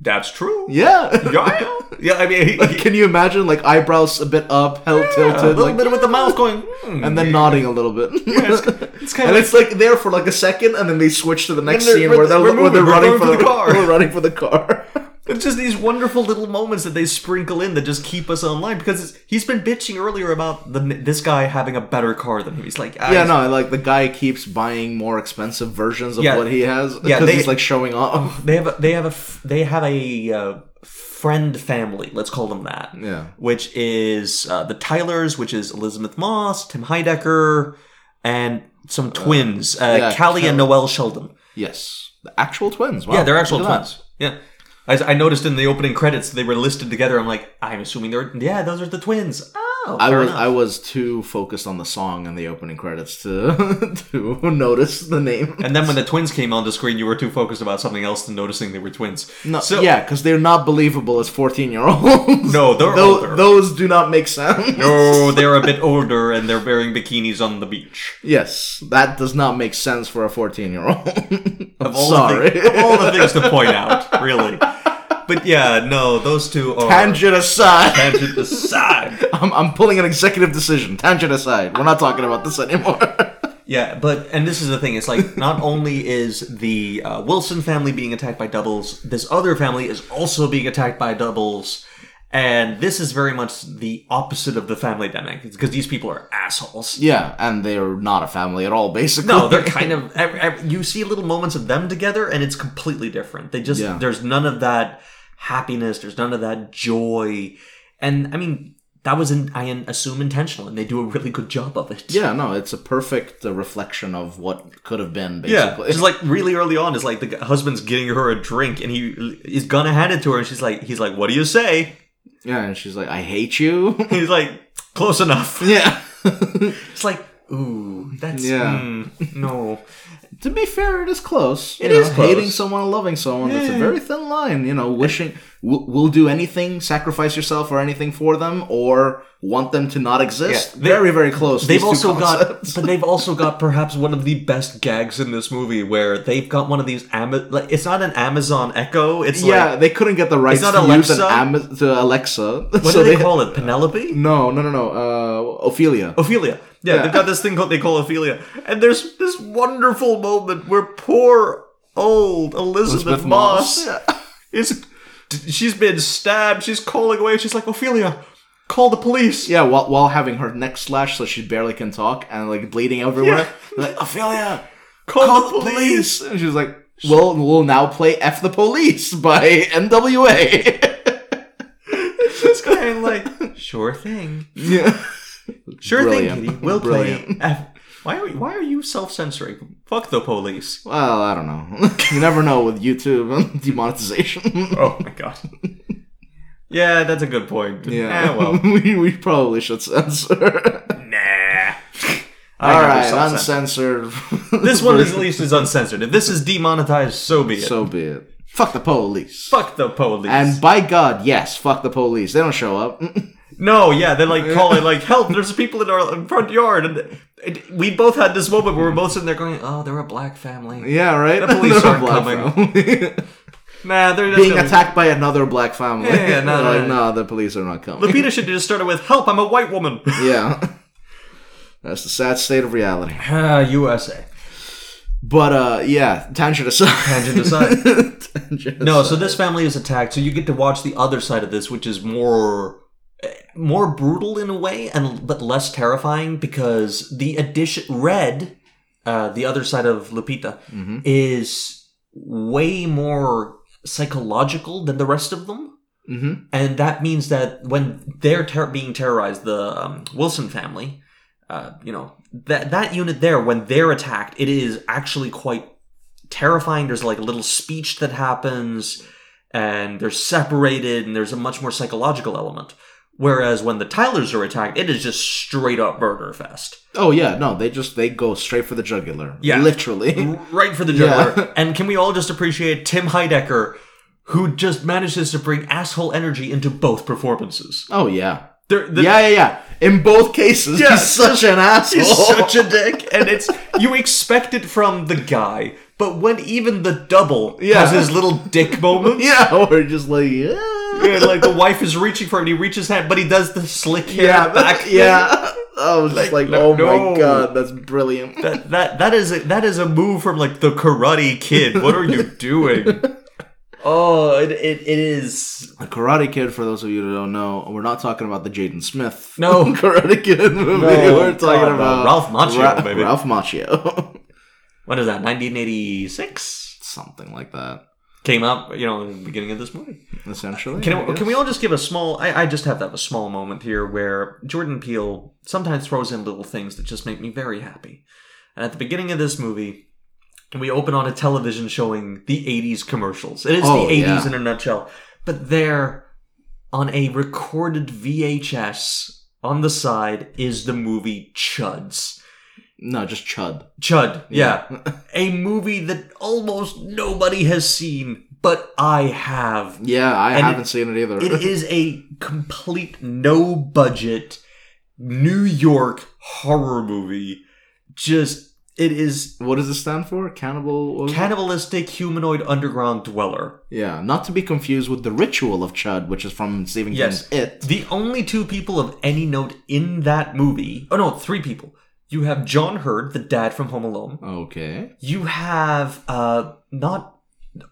"That's true."
yeah.
Yeah, yeah. I mean, he,
Like, Can you imagine like eyebrows a bit up, held
a
tilted,
little
like,
bit with the mouth going, "Hmm."
and then nodding a little bit.
it's, it's kind
and
of
it's like there for like a second, and then they switch to the next
they're-
scene
we're-
where they're,
we're
where they're
moving, we're
running
going
for
for
the,
the car.
We're running for the car.
It's just these wonderful little moments that they sprinkle in that just keep us online because it's, he's been bitching earlier about the, this guy having a better car than him. He's like, ah,
yeah,
he's-
no, like the guy keeps buying more expensive versions of
Yeah.
what he has because
Yeah, they-
he's like showing off.
they have a, they have a f- they have a uh, friend family. Let's call them that.
Yeah.
Which is uh, the Tylers, which is Elizabeth Moss, Tim Heidecker, and some twins, uh,
yeah,
Callie and Noel Sheldon.
Yes, the actual twins. Wow.
Yeah, they're actual
Look at that.
twins. Yeah. As I noticed in the opening credits, they were listed together. I'm like, I'm assuming they're yeah, those are the twins. Oh,
I
fair
was
enough.
I was too focused on the song and the opening credits to to notice the name.
And then when the twins came on the screen, you were too focused about something else than noticing they were twins.
No,
so,
yeah, because they're not believable as fourteen year olds.
No, they're
Tho-
older.
Those do not make sense.
No, oh, they're a bit older and they're wearing bikinis on the beach.
Yes, that does not make sense for a fourteen year old. I'm
Of all
sorry.
The, thi- of all the things to point out, really. But yeah, no, those two are
Tangent aside.
tangent aside.
I'm, I'm pulling an executive decision. Tangent aside. We're not talking about this anymore.
Yeah, but and this is the thing. It's like not only is the uh, Wilson family being attacked by doubles, this other family is also being attacked by doubles, and this is very much the opposite of the family dynamic because these people are assholes.
yeah, and they're not a family at all, basically.
No, they're kind of. ev- ev- You see little moments of them together, and it's completely different. They just
Yeah.
there's none of that happiness. There's none of that joy, and I mean that was in, I assume intentional, and they do a really good job of it.
Yeah, no, it's a perfect uh, reflection of what could have been,
Yeah,
basically.
just like really early on, is like the g- husband's getting her a drink, and he is gonna hand it to her, and she's like, he's like, "What do you say?"
yeah, and she's like, I hate you.
He's like, "Close enough."
yeah.
It's like, ooh, that's
Yeah.
mm, no.
to be fair, it is close.
It
It is
is close.
Hating someone and loving someone, it's a
Yeah.
very thin line. You know, wishing, we'll, we'll do anything, sacrifice yourself or anything for them, or want them to not exist.
Yeah, they-
very, very close.
They've
these two
also got,
concepts.
but they've also got perhaps one of the best gags in this movie, where they've got one of these Ama- like it's not an Amazon Echo, it's
Yeah,
like
they couldn't get the rights
not
to use an
Alexa?
Ama- to Alexa.
what do they, call it? Penelope,
No, no, no, no. Uh, Ophelia.
Ophelia. Yeah,
Yeah.
they've got this thing called they call Ophelia, and there's this wonderful moment where poor old Elizabeth,
Elizabeth
Moss.
Moss.
is she's been stabbed. She's calling away. She's like, Ophelia, call the police.
Yeah, while, while having her neck slashed so she barely can talk and like bleeding everywhere. Like Ophelia,
Call,
call the police. And she's like, "Well, we'll now play "F the Police" by N.W.A."
This guy like, sure thing,
yeah.
sure
Brilliant.
thing, Kitty. We'll play.
Brilliant.
F- why are why are you self censoring? Fuck the police.
Well, I don't know. you never know with YouTube and demonetization.
Oh my god. Yeah, that's a good point.
yeah.
Eh, well,
we, we probably should censor.
nah. I
All
never
right,
self-censor.
uncensored.
This one is, at least is uncensored. If this is demonetized, so be it.
so be it. Fuck the police.
Fuck the police.
And by God, yes, fuck the police. They don't show up.
No, yeah, they're like calling, like, help, there's people in our front yard. And it, we both had this moment where we're both sitting there going, oh, they're a black family.
yeah, right.
The police
They're a
aren't coming.
family.
Nah, they're just.
Being attacked by another black family.
Yeah, yeah, no,
They're like,
no,
no, the police are not coming.
Lupita should have just started with, help, I'm a white woman.
yeah, that's the sad state of reality.
Ah, USA.
But uh, yeah, tangent aside.
Tangent aside.
Tangent
No,
aside.
so this family is attacked, so you get to watch the other side of this, which is more eh, more brutal in a way and but less terrifying because the addition red uh, the other side of Lupita,
hmm
is way more psychological than the rest of them.
hmm
And that means that when they're ter- being terrorized, the um, Wilson family, uh, you know, that that unit there, when they're attacked, it is actually quite terrifying. There's like a little speech that happens, and they're separated, and there's a much more psychological element. Whereas when the Tylers are attacked, it is just straight up murder fest,
Oh yeah, no, they just they go straight for the jugular.
Yeah.
literally.
right for the
Yeah.
jugular. And can we all just appreciate Tim Heidecker, who just manages to bring asshole energy into both performances?
Oh yeah,
They're, the-
yeah, yeah, yeah. In both cases,
Yeah,
he's such an asshole.
He's such a dick, and it's you expect it from the guy, but when even the double
Yeah.
has his little dick moment,
yeah, or just like yeah,
and, like the wife is reaching for it, and he reaches hand, but he does the slick hair
yeah,
back, thing.
yeah. I was just like,
Like,
oh
no.
my god, that's brilliant.
That, that that is a, that is a move from like the Karate Kid. What are you doing? Oh, it, it, it is
The Karate Kid, for those of you that don't know, we're not talking about the Jaden Smith.
No.
Karate Kid movie.
No,
we're
God,
talking
no.
about
Ralph Macchio,
Ra-
baby.
Ralph Macchio,
what is that? 1986
something like that.
came out, you know, in the beginning of this movie.
Essentially,
Can,
I
can we
guess.
all just give a small? I, I just have to have a small moment here where Jordan Peele sometimes throws in little things that just make me very happy. And at the beginning of this movie, we open on a television showing the 80s commercials. It is
Oh,
the 80s
yeah.
in a nutshell. But there, on a recorded VHS on the side, is the movie Chuds.
No, just Chud.
Chud, yeah. a movie that almost nobody has seen, but I have.
Yeah, I
And
haven't seen it either.
It is a complete no budget New York horror movie. Just it is
what does it stand for? Cannibal. what was it?
cannibalistic humanoid underground dweller.
yeah, not to be confused with the ritual of Chud, which is from Stephen
Yes.
King's It.
The only two people of any note in that movie. Oh no, three people. You have John Hurd, the dad from Home Alone.
Okay.
You have uh not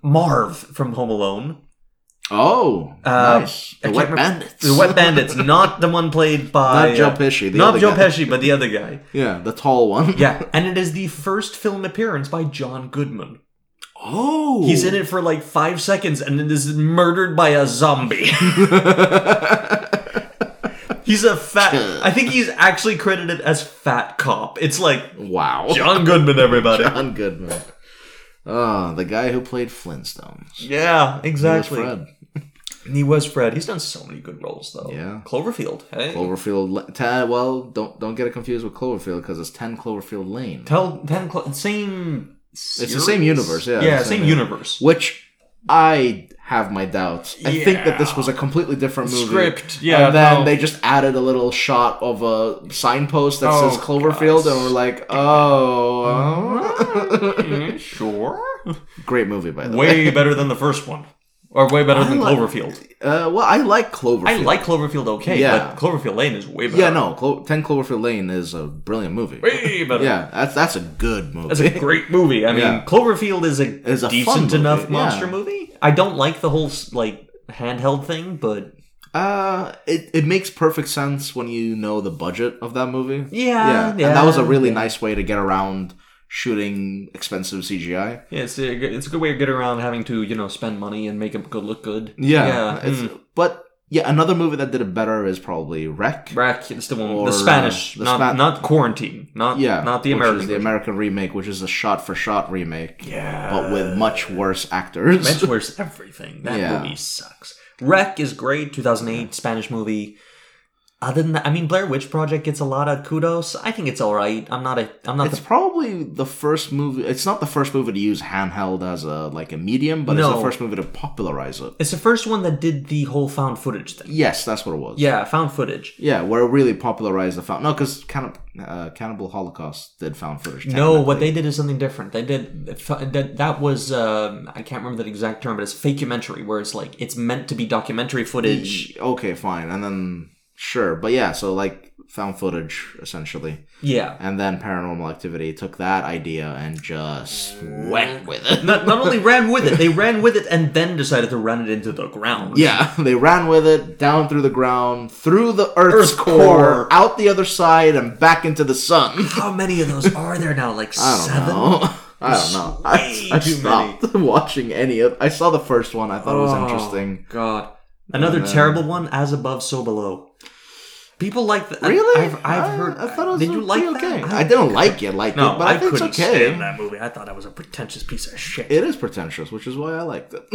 Marv from Home Alone.
Oh,
Uh, I
nice. The
can't
Wet
remember-
Bandits.
The Wet Bandits, not the one played by
Not Joe
uh,
Pesci. The
not
other
Joe
guy.
Pesci, but the other guy.
Yeah, the tall one.
Yeah, and it is the first film appearance by John Goodman.
Oh,
He's in it for like five seconds and then is murdered by a zombie.
Oh.
he's a fat. I think he's actually credited as Fat Cop. It's like
wow.
John Goodman, everybody.
John Goodman. Ah, the guy who played Flintstones.
Yeah, exactly.
He was Fred.
He was Fred. He's done so many good roles though.
Yeah.
Cloverfield. Hey.
Cloverfield. La- Ten, well, don't don't get it confused with Cloverfield because it's Ten Cloverfield Lane.
Tell ten clo- same.
It's the same universe, yeah,
Yeah,
it's the
same
same
universe.
which I have my doubts. I think that this
Yeah.
was a completely different movie.
Script, yeah,
And then
no.
they just added a little shot of a signpost that
Oh,
says Cloverfield,
gosh.
and we're like, oh.
Mm, sure.
Great movie, by the way.
Way better than the first one, or way better than
I like-
Cloverfield.
Uh, well, I like Cloverfield.
I like Cloverfield okay,
Yeah.
but Cloverfield Lane is way better.
Yeah, no, Clo- Ten Cloverfield Lane is a brilliant movie.
Way better.
Yeah, that's that's a good movie.
That's a great movie. I mean,
Yeah.
Cloverfield is a
It's a fun
decent
movie,
enough
yeah.
monster movie. I don't like the whole like handheld thing, but
Uh, it, it makes perfect sense when you know the budget of that movie.
Yeah,
and that was a
yeah,
really
yeah.
nice way to get around shooting expensive CGI.
yeah, it's a, good- it's a good way to get around having to you know spend money and make it go look good.
Yeah,
yeah.
it's,
mm.
but yeah, another movie that did it better is probably Wreck.
Rack, it's the one
Or,
the Spanish,
uh, the
not
Spa-
not quarantine, not
Yeah,
not the
which
American.
is the
version.
American remake, which is a shot-for-shot remake,
yeah,
but with much worse actors.
That's worse everything. That
Yeah.
movie sucks. Wreck is great, 2008 Spanish movie. Other than that, I mean, Blair Witch Project gets a lot of kudos. I think it's all right. I'm not a. I'm not.
It's
the,
probably the first movie. It's not the first movie to use handheld as a like a medium, but it's
No.
the first movie to popularize it.
it's the first one that did the whole found footage thing.
Yes, that's what it was.
Yeah, found footage.
Yeah, where it really popularized the found. No, because Cannib- uh, Cannibal Holocaust did found footage.
No, what
technically.
they did is something different. They did that. That was um, I can't remember the exact term, but it's fakementary, where it's like it's meant to be documentary footage.
Okay, fine, and then sure, but yeah, so like found footage essentially.
Yeah.
And then Paranormal Activity took that idea and just went with it.
Not, not only ran with it, they ran with it and then decided to run it into the ground.
yeah, they ran with it down through the ground, through the Earth's,
Earth's
core,
core.
out the other side, and back into the sun.
How many of those are there now? Like
I don't
seven?
know. I don't know. I,
Way
I
too many.
stopped watching any of. I saw the first one. I thought it was
Oh,
interesting.
God. Another
then-
terrible one, As Above, So Below. People like that.
Really?
I've, I've
I-
heard.
I thought it was
did you like
pretty
that?
okay. I didn't like it, like
No,
it, but
I,
I, think it's
couldn't
okay.
stand that movie. I thought that was a pretentious piece of shit.
It is pretentious, which is why I liked it.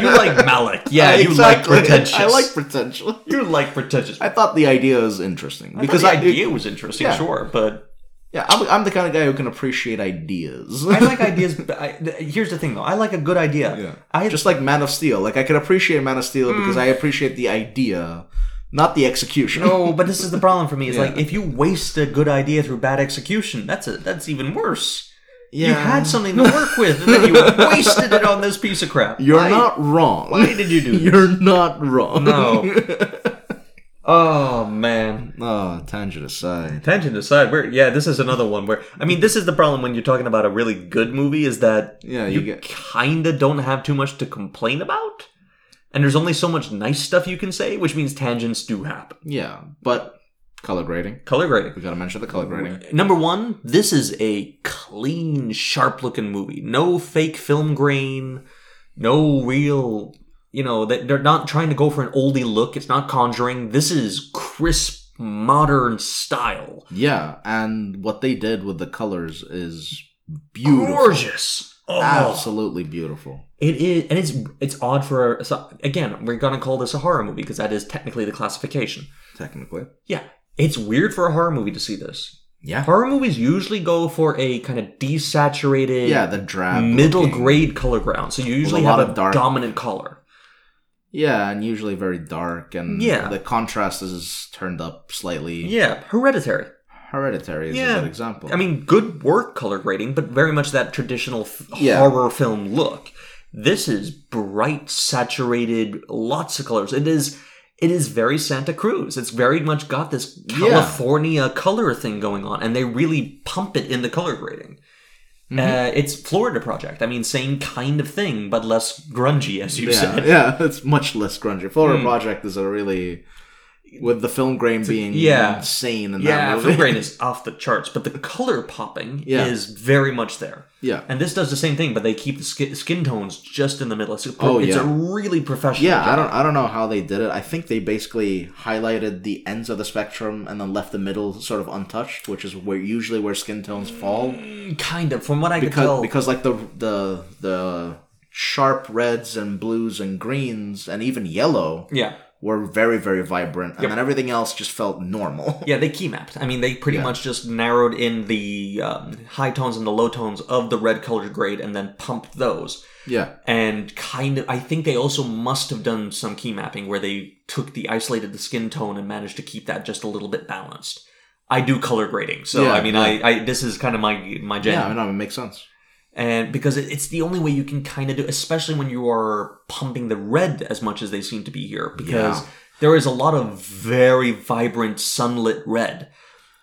you like Malik. Yeah, you like pretentious.
I like pretentious.
you like pretentious.
I thought the idea was interesting
because
because
the
I,
idea was interesting,
yeah.
sure, but
yeah, I'm, I'm the kind of guy who can appreciate ideas.
I like ideas. but I, th- here's the thing, though. I like a good idea.
Yeah.
I
Just like Man of Steel, like I can appreciate Man of Steel
Mm.
because I appreciate the idea, not the execution.
no, Oh, but this is the problem for me. It's
Yeah.
like if you waste a good idea through bad execution, that's a, that's even worse. You had something to work with, and then you wasted it on this piece of crap.
You're
Why-
not wrong.
Why did you do? This?
You're not wrong.
No. Oh man.
Oh, tangent aside.
Tangent aside, we're yeah, this is another one where I mean, this is the problem when you're talking about a really good movie is that
Yeah,
you,
you get-
kinda don't have too much to complain about, and there's only so much nice stuff you can say, which means tangents do happen.
Yeah, but color grading.
Color
We
grading.
gotta mention the color grading.
Number one, this is a clean, sharp-looking movie. No fake film grain, no real. You know that they're not trying to go for an oldie look. It's not Conjuring. This is crisp, modern style.
Yeah, and what they did with the colors is beautiful.
gorgeous. Oh,
Absolutely beautiful.
it is, and it's it's odd for a, so- again. We're gonna call this a horror movie because that is technically the classification.
Technically.
Yeah, it's weird for a horror movie to see this.
Yeah.
Horror movies usually go for a kind of desaturated,
Yeah, the drab.
middle
looking-
grade color ground. So you usually
lot
have a
of dark.
dominant color.
Yeah, and usually very dark, and
Yeah.
the contrast is turned up slightly.
Yeah, hereditary.
Hereditary is
Yeah.
a good example.
I mean, good work color grading, but very much that traditional f-
Yeah.
horror film look. This is bright, saturated, lots of colors. It is. It is very Santa Cruz. It's very much got this
Yeah.
California color thing going on, and they really pump it in the color grading.
Mm-hmm.
Uh, it's Florida Project. I mean, same kind of thing, but less grungy, as you
yeah,
said.
yeah, it's much less grungy. Florida
Hmm.
Project is a really with the film grain being
yeah.
insane in that
Yeah,
movie.
film grain is off the charts, but the color popping
Yeah.
is very much there.
yeah,
And this does the same thing, but they keep the skin, skin tones just in the middle. It's a,
Oh,
it's
yeah.
a really professional.
yeah. I
job.
don't, I don't know how they did it. I think they basically highlighted the ends of the spectrum and then left the middle sort of untouched, which is where usually where skin tones fall.
Mm. Kind of, from what I could
because
tell.
because like the the the sharp reds and blues and greens and even yellow
yeah,
were very very vibrant, and
Yep.
then everything else just felt normal.
yeah, they key mapped. I mean, they pretty
Yeah.
much just narrowed in the um, high tones and the low tones of the red colored grade, and then pumped those.
Yeah,
And kind of, I think they also must have done some key mapping where they took the isolated the skin tone and managed to keep that just a little bit balanced. I do color grading, so
Yeah,
I mean,
yeah.
I, I this is kind of my my jam.
yeah. I know it makes sense.
and because it, it's the only way you can kind of do especially when you are pumping the red as much as they seem to be here because
Yeah.
there is a lot of very vibrant sunlit red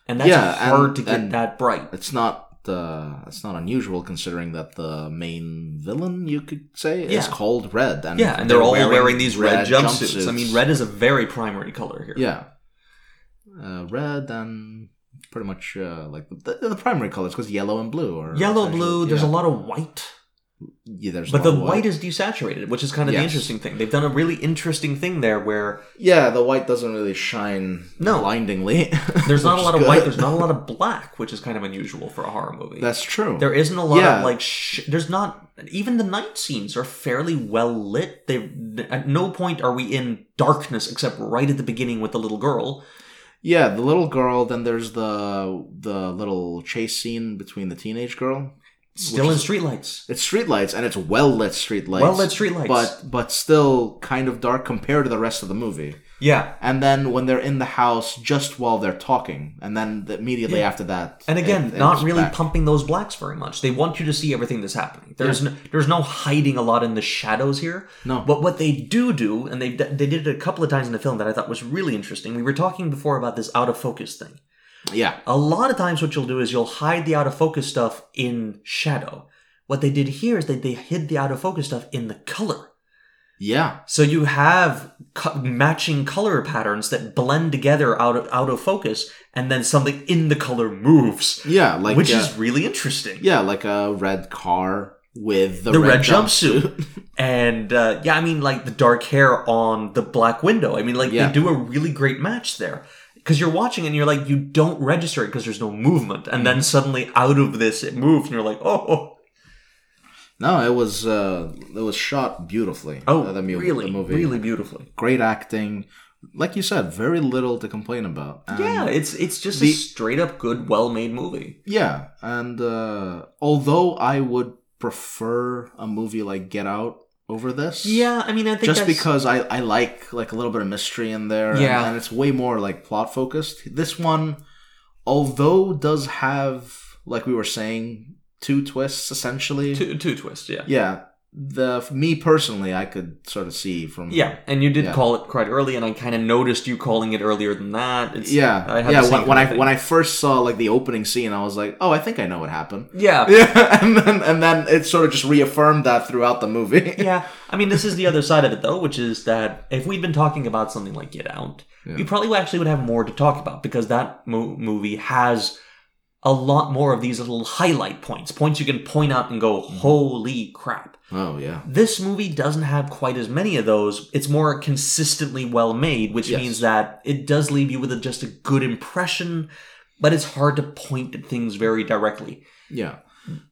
and that's
Yeah, and-
hard to get
and-
that bright
It's not uh, it's not unusual considering that the main villain, you could say, is
Yeah.
called Red. And
yeah and they're, all wearing, these red, jumpsuits. i mean red is a very primary color here
Yeah, uh, red and pretty much uh, like the, the primary colors because yellow and blue are
yellow
essentially-
blue there's
yeah.
a lot of white
Yeah, there's
but
a lot
the
of
white. is desaturated which is kind of the
Yes.
interesting thing they've done a really interesting thing there where
yeah, the white doesn't really shine
No.
blindingly.
there's not a
Which is
lot of white
good.
there's not a lot of black which is kind of unusual for a horror movie
That's true.
There isn't a lot of
Yeah.
like. Sh- there's not even the night scenes are fairly well lit. They at no point are we in darkness except right at the beginning with the little girl.
yeah, the little girl. Then there's the the little chase scene between the teenage girl.
Still
Which
in
is-
streetlights,
It's streetlights, and it's well lit streetlights.
well lit streetlights.
but but still kind of dark compared to the rest of the movie.
Yeah.
and then when they're in the house just while they're talking and then immediately
Yeah.
after that
And again,
it- it
not
was
really
back.
pumping those blacks very much. They want you to see everything that's happening. There's no, there's no hiding a lot in the shadows here.
No.
But what they do do, and they they did it a couple of times in the film that I thought was really interesting. We were talking before about this out of focus thing.
yeah
A lot of times, what you'll do is you'll hide the out of focus stuff in shadow. What they did here is that they hid the out of focus stuff in the color.
yeah
So you have co- matching color patterns that blend together out of, out of focus, and then something in the color moves,
yeah like
which
uh,
is really interesting.
yeah like a red car with the,
the
red,
red,
jumps
jumpsuit. and uh, yeah, I mean, like the dark hair on the black window. I mean, like
Yeah.
they do a really great match there. Because you're watching and you're like, you don't register it because there's no movement. And then
Mm-hmm.
suddenly out of this, it moves and you're like, oh, oh,
no it was uh it was shot beautifully
oh
uh, the, mu-
really,
the movie
really beautifully.
great acting like you said very little to complain about And-
yeah, it's it's just a
Um, the-
straight up good, well made movie.
Yeah, and uh, although I would prefer a movie like Get Out over this,
Yeah, I mean, I think
just
that's-
because I, I like like a little bit of mystery in there, and-
Yeah.
and, it's way more like plot focused. This one, although does have like we were saying two twists essentially.
two two twists. Yeah,
Yeah, the for me personally, I could sort of see from
yeah, and you did
Um, Yeah.
call it quite early, and I kind of noticed you calling it earlier than that. It's,
Yeah,
I had
yeah.
the same
When, when
kind
I
of thing.
when I first saw like the opening scene, I was like, "Oh, I think I know what happened."
yeah,
Yeah, and then and then it sort of just reaffirmed that throughout the movie.
yeah. I mean, this is the other side of it, though, which is that if we'd been talking about something like Get Out, we probably actually would have more to talk about because that mo- movie has a lot more of these little highlight points, points you can point out and go, holy crap.
Oh yeah.
This movie doesn't have quite as many of those. It's more consistently well made, which
Yes.
means that it does leave you with a, just a good impression, but it's hard to point at things very directly.
Yeah.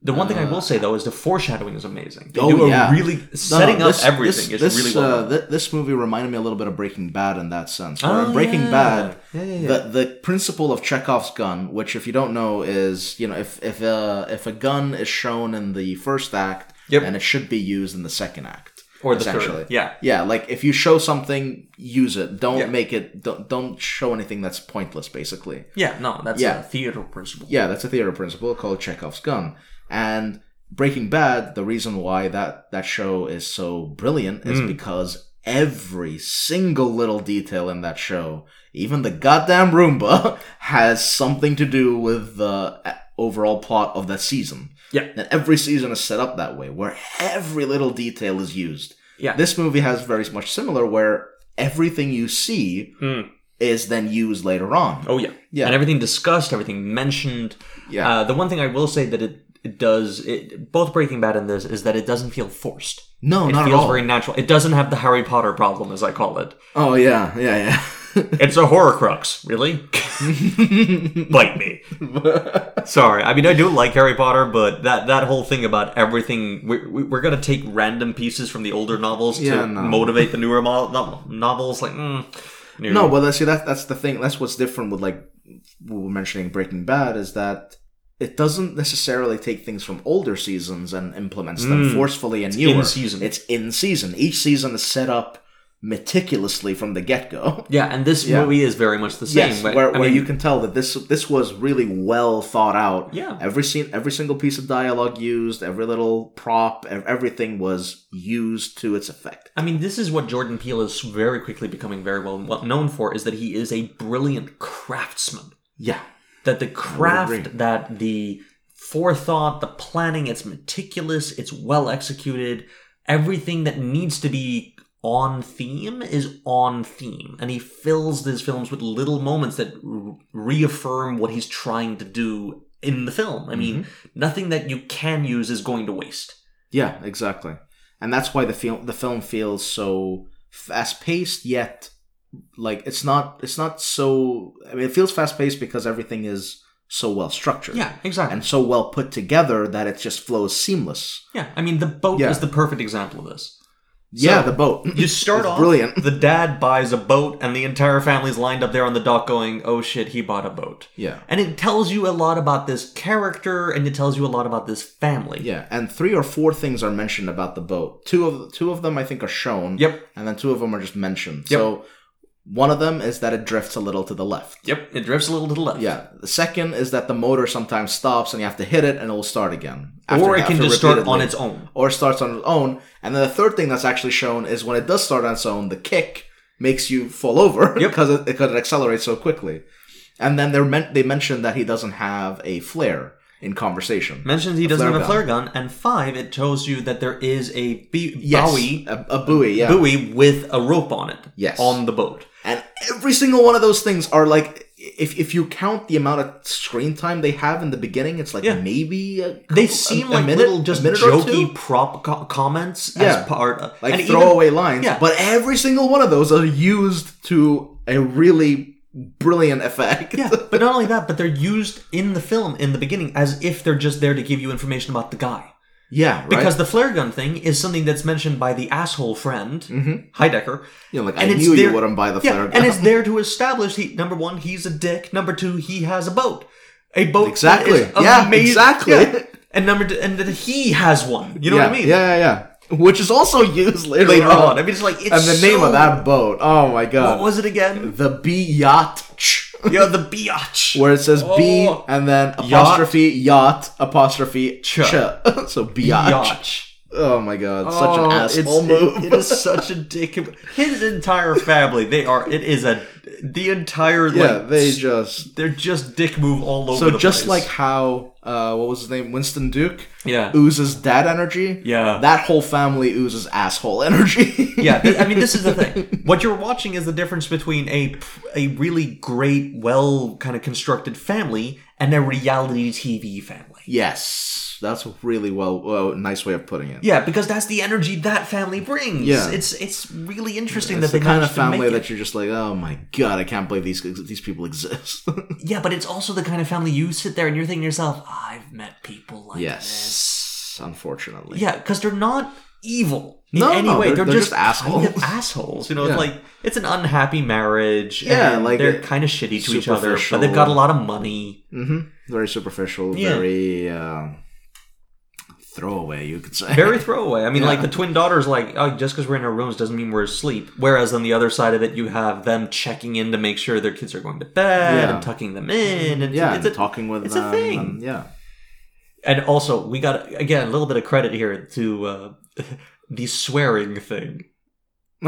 The one thing I
Uh,
will say though is the foreshadowing is amazing. They
Oh,
do a
yeah.
really
No,
setting
no, this-
up everything is
This, this,
really well.
uh,
done.
thi- this movie reminded me a little bit of Breaking Bad in that sense. Where
Oh,
in Breaking
yeah.
Bad,
Yeah, yeah, yeah.
the the principle of Chekhov's gun, which if you don't know is you know if if a if a gun is shown in the first act,
Yep.
and it should be used in the second act.
or the
essentially.
third. Yeah.
Yeah, like if you show something, use it. Don't
Yeah.
make it. Don't don't show anything that's pointless. Basically.
Yeah, no, that's
Yeah.
a theater principle.
Yeah, that's a theater principle called Chekhov's gun. And Breaking Bad, the reason why that that show is so brilliant is
Mm.
because every single little detail in that show, even the goddamn Roomba, has something to do with the uh, overall plot of that season.
Yeah.
And every season is set up that way, where every little detail is used.
Yeah.
This movie has very much similar, where everything you see
Mm.
is then used later on.
Oh yeah.
Yeah.
And everything discussed, everything mentioned.
Yeah.
Uh, the one thing I will say that it, it does it both Breaking Bad and this is that it doesn't feel forced.
no,
It
Oh, not at
feels
all.
very natural. It doesn't have the Harry Potter problem as I call it.
Oh yeah, yeah,
It's a horror crux, really? Bite me.
yeah.
Sorry, I mean I do like Harry Potter, but that that whole thing about everything we, we, we're gonna take random pieces from the older novels
Yeah,
to
no.
motivate the newer mo- no- novels, like mm,
no, but that's, see, that that's the thing. That's what's different with like we were mentioning Breaking Bad is that it doesn't necessarily take things from older seasons and implements them
Mm.
forcefully and newer.
in season.
It's in season. Each season is set up meticulously from the get go.
yeah, and this
Yeah.
movie is very much the same.
Yes,
but,
where,
I
where
mean,
you can tell that this this was really well thought out.
Yeah.
Every scene, every single piece of dialogue used, every little prop, ev- everything was used to its effect.
I mean, this is what Jordan Peele is very quickly becoming very well well known for is that he is a brilliant craftsman.
Yeah.
That the
agree.
craft, that the forethought, the planning, it's meticulous, it's well executed. Everything that needs to be on theme is on theme. And he fills these films with little moments that r- reaffirm what he's trying to do in the film. I mean, nothing that you can use is going to waste.
Yeah, exactly. And that's why the film the film feels so fast paced yet like it's not it's not so I mean it feels fast paced because everything is so well structured.
Yeah, exactly.
And so well put together that it just flows seamless.
yeah, I mean, the boat
Yeah.
is the perfect example of this.
yeah, the boat.
You start
It's
off
brilliant.
The dad buys a boat, and the entire family's lined up there on the dock, going, "Oh shit, he bought a boat."
Yeah.
And it tells you a lot about this character, and it tells you a lot about this family.
Yeah, and three or four things are mentioned about the boat. Two of two of them I think are shown.
Yep.
And then two of them are just mentioned.
Yep.
So One of them is that it drifts a little to the left.
Yep, it drifts a little to the left.
Yeah. The second is that the motor sometimes stops and you have to hit it and it will start again.
or it can
after
just start on
repeatedly.
its own.
Or it starts on its own. And then the third thing that's actually shown is when it does start on its own, the kick makes you fall over
Yep.
because it, because it accelerates so quickly. And then they're men- they mentioned that he doesn't have a flare in conversation.
Mentions he doesn't
flare
have a flare gun, and five, it tells you that there is a b-
Yes,
Bowie
a, a buoy, yeah.
buoy with a rope on it.
Yes.
on the boat.
And every single one of those things are like, if if you count the amount of screen time they have in the beginning, it's like
Yeah.
maybe a couple-
They seem
a
like
minute-
little
a
just
minute or
jokey
two.
prop co- comments
Yeah.
as part of
like
and even-
throwaway lines.
yeah.
But every single one of those are used to a really brilliant effect.
yeah, but not only that, but they're used in the film in the beginning as if they're just there to give you information about the guy.
yeah, right.
Because the flare gun thing is something that's mentioned by the asshole friend, Heidecker.
you know, Mm-hmm. like
and
I
it's
knew
their-
you wouldn't buy the
Yeah,
flare gun.
and it's there to establish he, number one, he's a dick. Number two, he has a boat. A boat.
Exactly.
That is
Yeah,
amaz-
exactly.
yeah. And number two, and that he has one. You know
yeah,
what I mean?
Yeah, yeah, yeah. Which is also used later,
Later
on.
on. I mean, it's like, it's
and the name
so-
of that boat. Oh my god.
What was it again?
the B yacht.
yeah, the biatch.
where it says B
Oh.
and then apostrophe yacht, apostrophe ch.
Ch.
So biatch. Oh my god, such an asshole
Oh, it's,
move.
it- it is such a dick. His entire family, they are. It is a the entire.
yeah,
like,
they just
They're just dick move all over.
so
the
just
place.
like how uh, what was his name, Winston Duke,
yeah,
oozes dad energy.
Yeah.
that whole family oozes asshole energy.
yeah. th- I mean, this is the thing. What you're watching is the difference between a a really great, well kind of constructed family and a reality TV family.
yes, that's a really well, well, nice way of putting it.
Yeah, because that's the energy that family brings.
Yeah.
it's it's really interesting
It's
that
the
they
kind of
managed to
family
make it.
that you're just like, oh my god, I can't believe these these people exist.
Yeah, but it's also the kind of family you sit there and you're thinking to yourself, I've met people like this.
yes, unfortunately.
Yeah, because they're not evil in
No,
any
no,
way.
they're-
They're,
they're
just,
just assholes.
kind of assholes. You know,
Yeah.
it's like it's an unhappy marriage.
Yeah,
and
like,
they're
it-
kind of shitty to each other, but
superficial.
they've got a lot of money.
hmm Very superficial,
Yeah.
very uh, throwaway, you could say.
Very throwaway. I mean, like
Yeah.
the twin daughter's like, oh, just because we're in our rooms doesn't mean we're asleep. Whereas on the other side of it, you have them checking in to make sure their kids are going to bed
Yeah.
and tucking them in. And
yeah,
it's
and
a-
talking with
it's a
them.
thing.
and- yeah,
And also, we got again a little bit of credit here to uh, the swearing thing.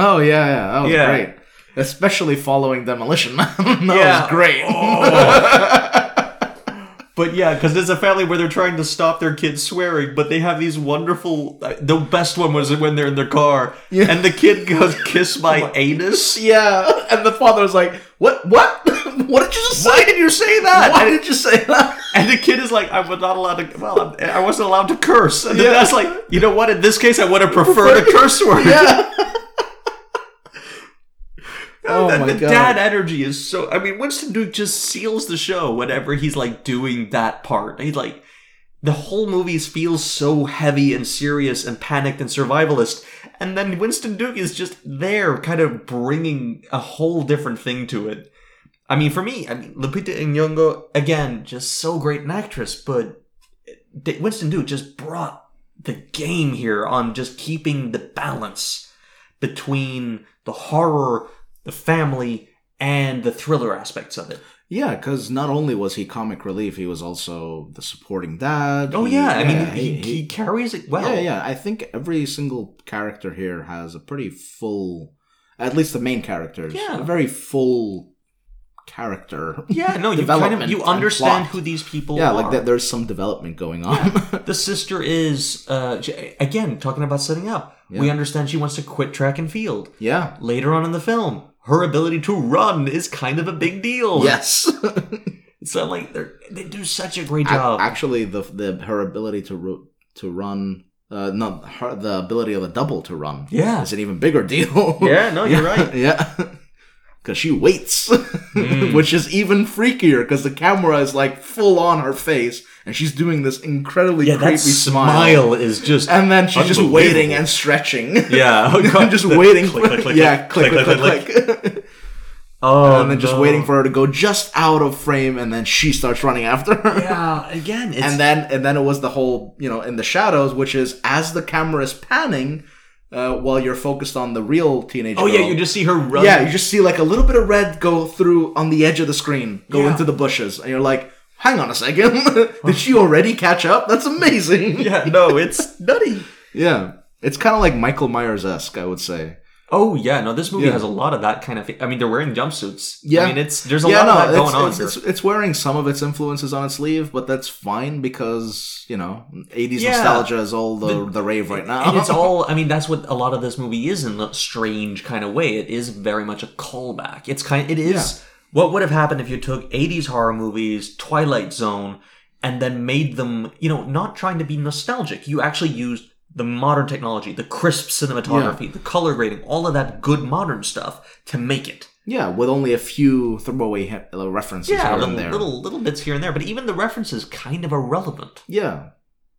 oh yeah, yeah, that was
Yeah.
great. Especially following demolition man, that
Yeah. Oh.
was great. Oh.
But yeah, because it's a family where they're trying to stop their kids swearing, but they have these wonderful. uh, The best one was when they're in their car
Yeah. Oh
and the kid goes, "Kiss my anus."
yeah, and the father was like, "What? What? what did you just say? Why did you say that? Why did you say that?"
And the kid is like, "I was not allowed to. Well, I I wasn't allowed to curse." And then
Yeah.
that's like, you know what? In this case, I would have preferred a curse word.
yeah. oh
the,
my
the
god.
dad energy is so. I mean, Winston Duke just seals the show whenever he's like doing that part. He like the whole movie feels so heavy and serious and panicked and survivalist, and then Winston Duke is just there, kind of bringing a whole different thing to it. I mean, for me, I mean, Lupita Nyong'o again, just so great an actress, but D- Winston Duke just brought the game here on just keeping the balance between the horror, the family, and the thriller aspects of it.
Yeah, because not only was he comic relief, he was also the supporting dad.
Oh
He-
yeah, I mean he,
he-
he, carries it well.
yeah, yeah. I think every single character here has a pretty full, at least the main characters,
Yeah.
a very full character.
Yeah, no, you kind of
Development
you
and
understand
plot.
who these people
Yeah,
are.
like that. There's some development going on.
The sister is uh, j- again talking about setting up. We
Yeah.
understand she wants to quit track and field.
yeah.
Later on in the film, her ability to run is kind of a big deal.
Yes.
So like they they do such a great
Ac-
job.
Actually, the the her ability to ru- to run, uh, not her the ability of a double to run.
Yeah.
is an even bigger deal.
Yeah, no, you're right.
yeah. Because she waits, which is even freakier because the camera is like full on her face and she's doing this incredibly
yeah,
creepy
that
smile.
smile is just
And then she's just
Unbelievable.
waiting and stretching.
yeah.
I'm just waiting for yeah, click, click, click, click,
Oh,
and then just
no.
waiting for her to go just out of frame, and then she starts running after her.
Yeah, again, it's
and then and then it was the whole you know in the shadows which is as the camera is panning uh, while you're focused on the real teenage.
Oh yeah,
girl.
you just see her run.
yeah, you just see like a little bit of red go through on the edge of the screen, go
Yeah.
into the bushes, and you're like, "Hang on a second, did she already catch up? That's amazing."
yeah. No, it's nutty.
Yeah. It's kind of like Michael Myers esque, I would say.
Oh yeah, no, this movie
Yeah.
has a lot of that kind of. I mean, they're wearing jumpsuits.
Yeah.
I mean, it's there's a
yeah,
lot of that
no,
going on
it's,
here.
it's, it's, it's wearing some of its influences on its sleeve, but that's fine because you know, '80s
Yeah.
nostalgia is all the, the rave right now.
and it's all i mean that's what a lot of this movie is in a strange kind of way it is very much a callback it's kind it is what would have happened if you took 80s horror movies twilight zone and then made them you know not trying to be nostalgic you actually used the modern technology the crisp cinematography the color grading all of that good modern stuff to make it
yeah, with only a few throwaway he- uh, references
yeah
here
little,
and there.
little little bits here and there but even the references kind of irrelevant
Yeah,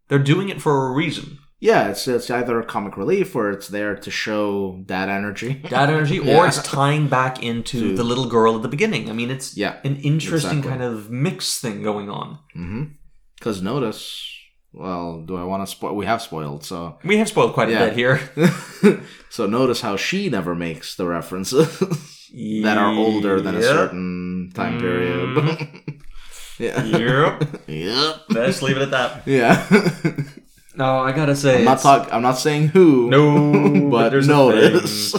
they're doing it for a reason
yeah, it's it's either comic relief or it's there to show that energy.
that energy,
Yeah.
or it's tying back into
To-
the little girl at the beginning. I mean, it's
Yeah,
an interesting
exactly.
kind of mix thing going on.
Mm-hmm. Because notice, well, do I want to spoil? We have spoiled, so
We have spoiled quite a
Yeah.
bit here
so notice how she never makes the references. that are older than a
Yep. Mm.
certain time period. yeah.
yep.
Yep.
Let's leave it at that.
Yeah.
No, I gotta say,
I'm not
it's-
talk I'm not saying who.
No,
but
but there's a
notice.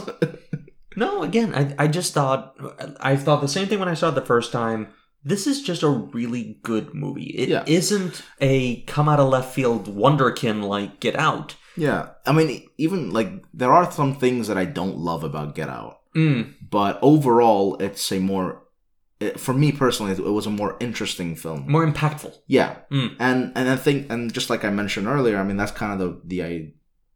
No, again, I I just thought I thought the same thing when I saw it the first time. This is just a really good movie. It
Yeah.
not a come out of left field wonderkin like Get Out.
yeah. I mean even like there are some things that I don't love about Get Out,
Mm.
but overall it's a more it, for me personally it was a more interesting film.
More impactful.
Yeah,
Mm.
and and I think and just like I mentioned earlier, I mean that's kind of the the I,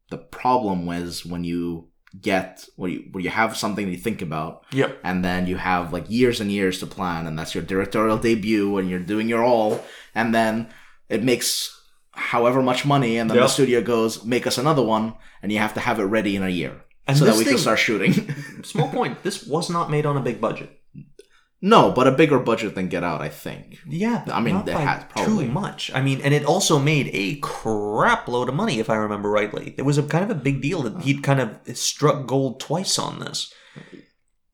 the problem was when you get when you when you have something that you think about,
Yep.
and then you have like years and years to plan, and that's your directorial debut, and you're doing your all, and then it makes however much money, and then the
Yep.
studio goes make us another one, and you have to have it ready in a year
And
so that
this
we
thing,
can start shooting.
small point. This was not made on a big budget.
no, but a bigger budget than Get Out, I think.
Yeah, but
I mean,
not
they
by
had probably-
too much. I mean, and it also made a crap load of money, if I remember rightly. It was a kind of a big deal that he'd kind of struck gold twice on this.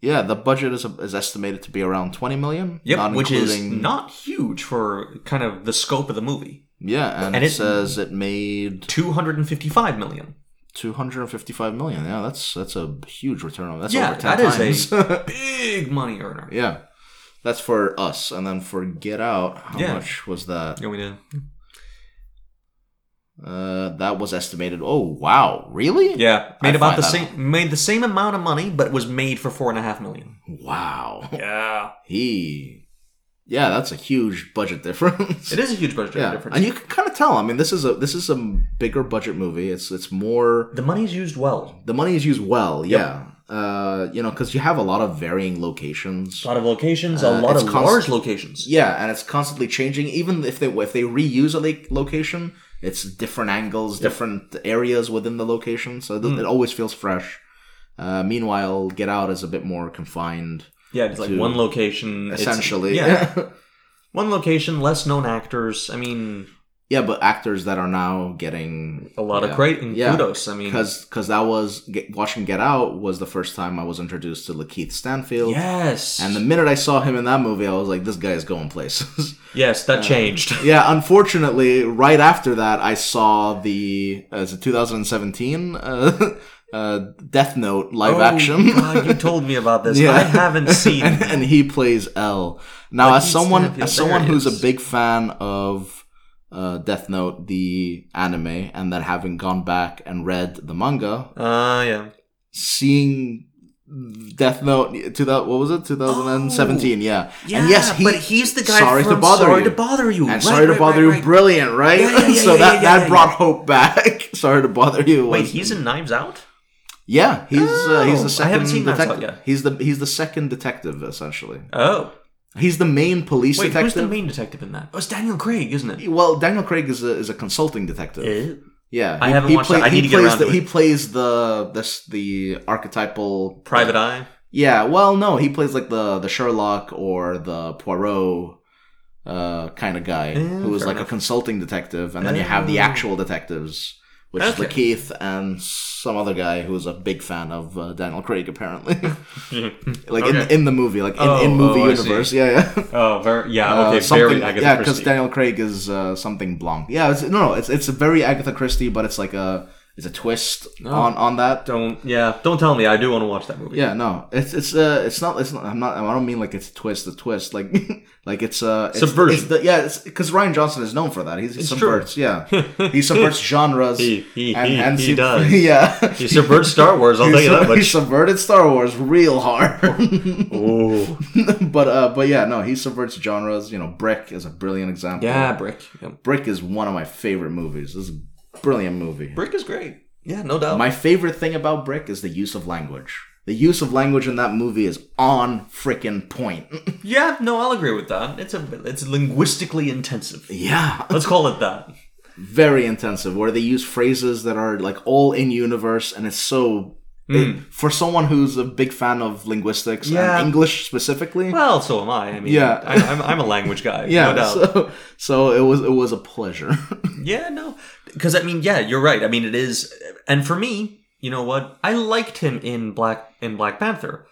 Yeah, the budget is, is estimated to be around twenty million. not
which is
including-
not huge for kind of the scope of the movie.
Yeah, and,
And
it,
it-
says it made
Two hundred and fifty-five million.
255 million. Yeah, that's that's a huge return on that's
Yeah,
over 10
that is
times.
Big money earner.
yeah. That's for us and then for Get Out, how
Yeah.
much was that?
Yeah, we did.
Uh that was estimated. Oh, wow. Really?
Yeah,
I
made about
find
the
that
same. Made the same amount of money, but was made for four and a half million.
Wow.
Yeah,
He Yeah, that's a huge budget difference.
it is a huge budget
yeah.
difference.
And you can kind of tell. I mean, this is a this is a bigger budget movie. It's it's more
the money's used well.
the money is used well.
Yep.
Yeah. Uh, you know, cuz you have a lot of varying locations.
A lot of locations,
Uh,
a lot
it's
of
const-
large locations.
Yeah, and it's constantly changing. Even if they if they reuse a like, location, it's different angles, different areas within the location, so it,
Mm.
doesn't- it always feels fresh. Uh, meanwhile, Get Out is a bit more confined,
Yeah, it's like
to-
one location. it's-
essentially.
yeah, one location, less known actors. I mean,
yeah, but actors that are now getting
a lot
Yeah.
of great and
Yeah.
kudos. I mean,
because because that was get, watching Get Out was the first time I was introduced to Lakeith Stanfield.
yes,
And the minute I saw him in that movie, I was like, "This guy is going places."
yes,
Uh,
that changed.
Yeah, unfortunately, right after that, I saw the uh, is it 2017 uh, uh, Death Note live
Oh,
action,
God, you told me about this.
Yeah.
I haven't seen.
and, and he plays L. Now,
Like,
as
he's
someone
happy,
as someone who's a
hilarious.
big fan of uh, Death Note the anime, and then having gone back and read the manga,
Ah, yeah.
seeing Death Note to that what was it 2017? yeah.
yeah,
and yes, he,
but he's the guy.
Sorry
from
to bother
sorry
you.
to bother you.
And
Right,
sorry to
right,
bother
right,
you,
right.
brilliant, right?
Yeah, yeah, yeah,
so
yeah,
that
yeah,
that
yeah,
brought hope back. sorry to bother you.
Wait,
was-
he's in Knives Out.
yeah, he's uh, he's the
Oh, I
second
haven't seen that
detective.
yet.
He's the he's the second detective essentially.
Oh,
He's the main police
wait, who's
detective.
the main detective in that? Oh, it's Daniel Craig, isn't it?
well, Daniel Craig is a, is a consulting detective.
Eh?
yeah,
I haven't watched that. I
he
need to get
plays
around
the,
to it.
He plays the this the archetypal
Private Eye.
Yeah, well, no, he plays like the the Sherlock or the Poirot uh, kind of guy
Yeah,
who is
fair
like a
enough.
consulting detective, and then you have the
Yeah.
actual detectives, which is
Okay.
Lakeith and some other guy who's a big fan of uh, Daniel Craig, apparently. like in,
Okay.
in the movie, like in,
Oh,
in movie
oh, I see.
universe. Yeah, yeah.
oh, very, yeah,
Uh,
okay,
something,
very Agatha
yeah, because
Christie.
Daniel Craig is uh, something Blanc. Yeah, it's, no, no, it's it's a very Agatha Christie, but it's like a it's a twist
Oh.
on on that.
don't, yeah, don't tell me. I do want to watch that movie.
Yeah, no, it's it's uh, it's not it's not I'm not I don't mean like it's a twist the twist like like it's uh it's,
Subversion.
It's the, yeah, because Ryan Johnson is known for that. He's, he
It's
subverts. Yeah, he subverts genres.
He- he- he- he
sub-
does.
Yeah,
He subverts Star Wars. I'll tell you that
He
much.
subverted Star Wars real hard.
Ooh.
but uh, but yeah, no, he subverts genres. You know, Brick is a brilliant example.
Yeah, Brick. Yeah.
Brick is one of my favorite movies. This is a brilliant movie.
Brick is great. Yeah, no doubt.
My favorite thing about Brick is the use of language. The use of language in that movie is on freaking point.
yeah, no, I'll agree with that. It's a, it's linguistically intensive.
yeah.
Let's call it that.
Very intensive, where they use phrases that are like all in universe and it's so. it- for someone who's a big fan of linguistics
Yeah.
and English specifically.
Well, so am I. I mean,
Yeah.
I, I'm, I'm a language guy.
yeah,
no doubt.
so, so it was it was a pleasure.
Yeah, no, because I mean, yeah, you're right. I mean, it is, and for me, you know what? I liked him in Black in Black Panther.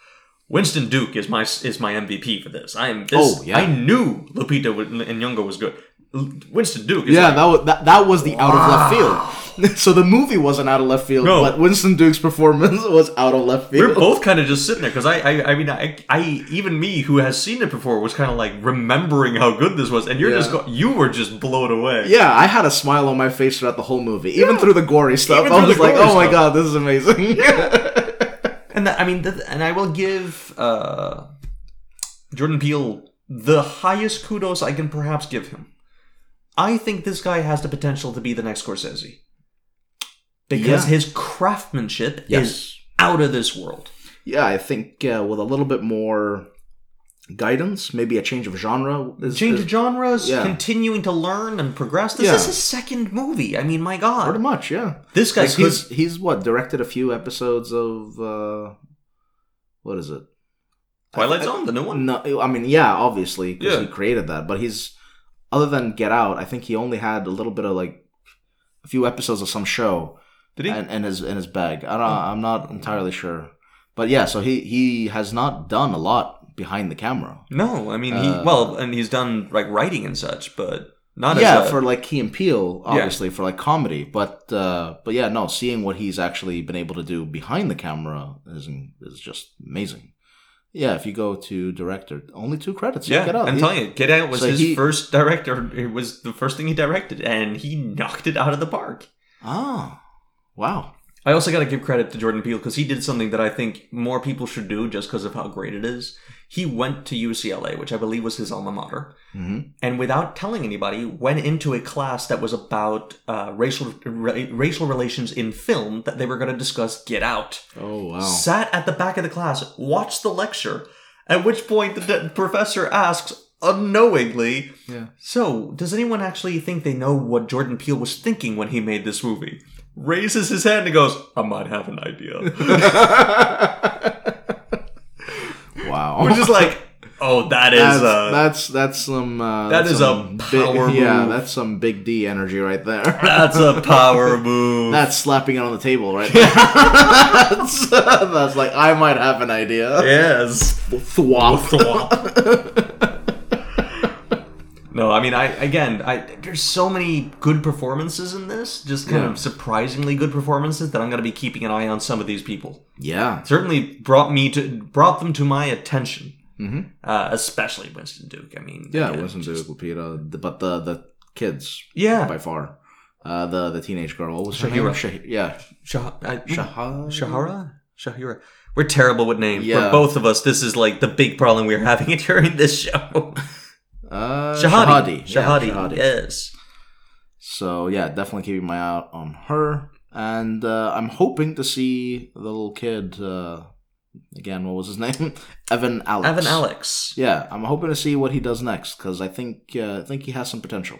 Winston Duke is my is my MVP for this. I am this.
Oh, yeah.
I knew Lupita wa- and Nyong'o was good. L- Winston Duke. Is
yeah,
like,
that was that, that was the out of left field. so the movie wasn't out of left field,
No.
but Winston Duke's performance was out of left field.
we're both kind of just sitting there because I, I, I mean, I, I, even me who has seen it before was kind of like remembering how good this was, and you're just
Yeah.
go- you were just blown away.
Yeah, I had a smile on my face throughout the whole movie, even through the gory stuff.
Even
I
through
was
the
like,
gory
"Oh my
stuff.
god, this is amazing!"
And that, I mean, that, and I will give uh, Jordan Peele the highest kudos I can perhaps give him. I think this guy has the potential to be the next Scorsese because
Yeah.
his craftsmanship is
Yes.
out of this world.
yeah, I think uh, with a little bit more guidance, maybe a change of genre. Is,
Change
is
of genres,
yeah.
continuing to learn and progress. This
Yeah.
is his second movie. I mean, my
pretty
God,
much, yeah.
this guy
Like,
could.
he's he's what directed a few episodes of uh, what is it?
Twilight
I- I-
Zone, the new one.
No, I mean, yeah, obviously, because
Yeah.
he created that. But he's other than Get Out, I think he only had a little bit of like a few episodes of some show
Did he? Hmm.
in, in his in his bag. I don't, I'm not entirely sure, but yeah. So he he has not done a lot behind the camera.
no, I mean, he
Uh,
well, and he's done like writing and such, but not
yeah,
as a,
for like Key and Peele, obviously for like comedy, but uh, but yeah, no, seeing what he's actually been able to do behind the camera is is just amazing. Yeah, if you go to director, only two credits.
Yeah,
Get Out.
I'm
He-
telling you, Get Out was
So
his
he-
first director. It was the first thing he directed, and he knocked it out of the park.
Ah, wow.
I also got to give credit to Jordan Peele because he did something that I think more people should do just because of how great it is. He went to UCLA, which I believe was his alma mater,
Mm-hmm.
and without telling anybody, went into a class that was about uh, racial ra- racial relations in film that they were going to discuss Get Out
Oh wow.
sat at the back of the class, watched the lecture, at which point the d- professor asks, unknowingly,
Yeah.
So, does anyone actually think they know what Jordan Peele was thinking when he made this movie? Raises his hand and goes, I might have an idea.
wow.
We're just like, oh, that is.
that's,
uh,
that's that's some uh,
that
that's
is
some
a power
big, Yeah,
move.
that's some big D energy right there.
that's a power move.
That's slapping it on the table right there. that's, that's like I might have an idea.
yes.
Thwomp.
no, I mean, I again, I there's so many good performances in this, just kind
Yeah.
of surprisingly good performances that I'm going to be keeping an eye on some of these people.
Yeah.
Certainly brought me to brought them to my attention,
Mhm.
uh, especially Winston Duke. I mean,
Yeah,
again,
it wasn't
just-
just... Lupita, the- but the the kids
Yeah,
by far. Uh, the the teenage girl. What was her
Shahira.
name? Shah- yeah.
Shah- I-
Shahara.
Shahara. Shahira. We're terrible with names. For
Yeah.
both of us, this is like the big problem we're having during this show.
Uh,
Shahadi.
Shahadi. Yeah,
Shahadi.
Shahadi.
Yes.
So yeah, definitely keeping my eye out on her, and uh, I'm hoping to see the little kid uh, again. What was his name? Evan Alex.
Evan Alex.
Yeah, I'm hoping to see what he does next because I think uh, I think he has some potential.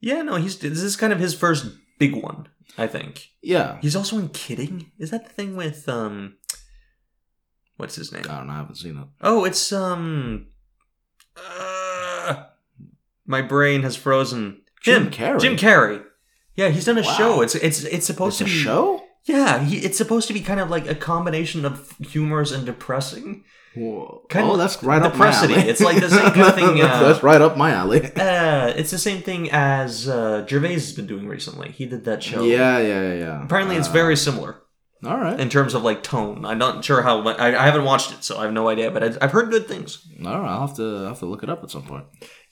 Yeah, no, he's this is kind of his first big one, I think.
Yeah,
He's also in Kidding. Is that the thing with um what's his name?
I don't know. I haven't seen it.
Oh, it's um uh, my brain has frozen.
Jim Carrey.
Jim Carrey. Yeah, he's done a
Wow.
show. It's it's it's supposed
It's a
to be
show?
Yeah, he, it's supposed to be kind of like a combination of humorous and depressing.
Whoa.
Kind
oh,
of
that's right up my
depressity.
alley.
It's like the same kind of thing, uh,
that's right up my alley.
Uh, it's the same thing as uh, Gervais has been doing recently. He did that show.
Yeah, yeah, yeah, yeah.
Apparently, it's
Uh,
very similar
All right.
in terms of like tone. I'm not sure how. mu- I, I haven't watched it, so I have no idea. But I, I've heard good things.
All right. I'll have to I'll have to look it up at some point.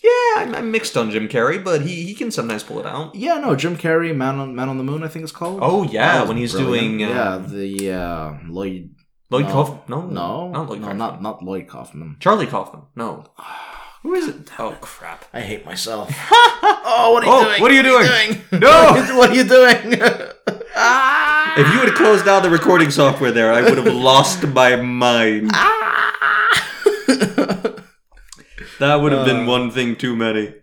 Yeah, I'm, I'm mixed on Jim Carrey, but he, he can sometimes pull it out.
Yeah, no, Jim Carrey, Man on Man on the Moon, I think it's called.
Oh
That
yeah,
was
when he's
brilliant.
doing uh,
yeah the uh, Lloyd
Lloyd
no.
Kaufman. No,
no
not Lloyd
no
Kaufman.
not not Lloyd Kaufman.
Charlie Kaufman. No,
Who is it?
oh crap.
I hate myself. oh, what are you
Oh,
doing?
what are you
doing?
No!
what are you doing? Ah!
If you had closed down the recording software there, I would have lost my mind.
Ah!
That would have been
Uh.
one thing too many.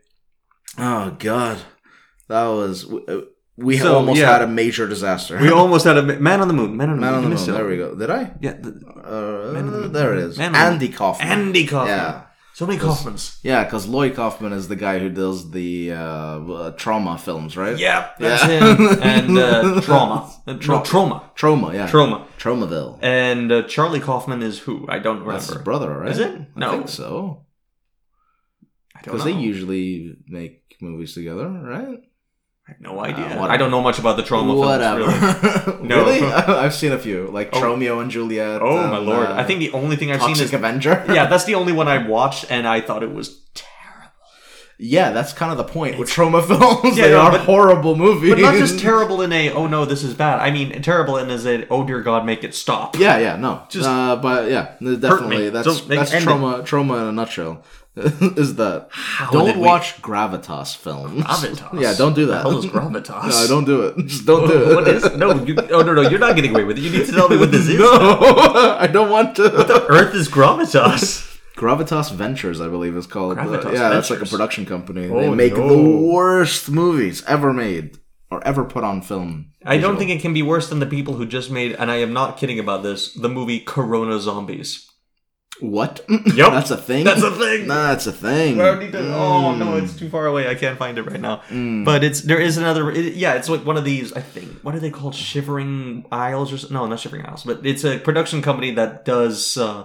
oh God, that was we, uh, we
So,
almost
yeah.
had a major disaster.
We almost had a man on the moon. Man on the
Man
moon. give
on the
me
Moon.
still.
There we go. Did I?
Yeah, the, Man on the
Uh,
Moon.
there it is.
Man on the Moon.
Andy Kaufman.
Andy Kaufman.
Yeah.
So many Kaufmans.
Yeah, because Lloyd Kaufman is the guy who does the uh, uh, trauma films, right?
Yep, that's
Yeah.
him. And uh, trauma. Uh, tra-
No.
trauma.
Trauma, yeah.
Trauma.
Traumaville.
And uh, Charlie Kaufman is who? I don't
That's his
remember.
brother, right?
Is it? No.
I think so.
I don't
Because
know.
they usually make movies together, right?
I have no idea.
whatever.
I don't know much about the trauma
Whatever.
films. Really.
Really?
No.
I've seen a few, like
Oh.
Romeo and Juliet.
Oh
and,
my lord!
uh,
I think the only thing I've
Toxic
seen is
Avenger.
yeah, that's the only one I watched, and I thought it was terrible.
yeah, that's kind of the point with trauma films.
Yeah,
they
no,
are
but-
horrible movies.
But not just terrible in a oh no this is bad. I mean terrible in as a oh dear God make it stop.
Yeah, yeah, no.
Just-
uh, but yeah, no, definitely. That's
Don't make-
that's
end it.
trauma. Trauma in a nutshell is that
How did
don't
we-
watch Gravitas films.
Gravitas?
Yeah, don't do that.
What the hell is gravitas?
no, don't do it. Just don't do it.
What is no? You, oh no no you're not getting away with it. You need to tell me what this is.
No, I don't want to.
Earth is gravitas.
Gravitas Ventures, I believe, is called. Uh,
Gravitas
yeah, that's like a
Ventures.
production company. they
Oh,
make
no.
the worst movies ever made or ever put on film.
I don't
Visual.
think it can be worse than the people who just made, and I am not kidding about this, the movie Corona Zombies.
What?
Yup.
that's a thing.
That's a thing.
Nah, that's a thing.
I already did- Oh no,
Mm.
it's too far away. I can't find it right now. But it's there is another. It, yeah, it's like one of these. I think what are they called? Shivering Isles or so- no, not Shivering Isles, but it's a production company that does uh,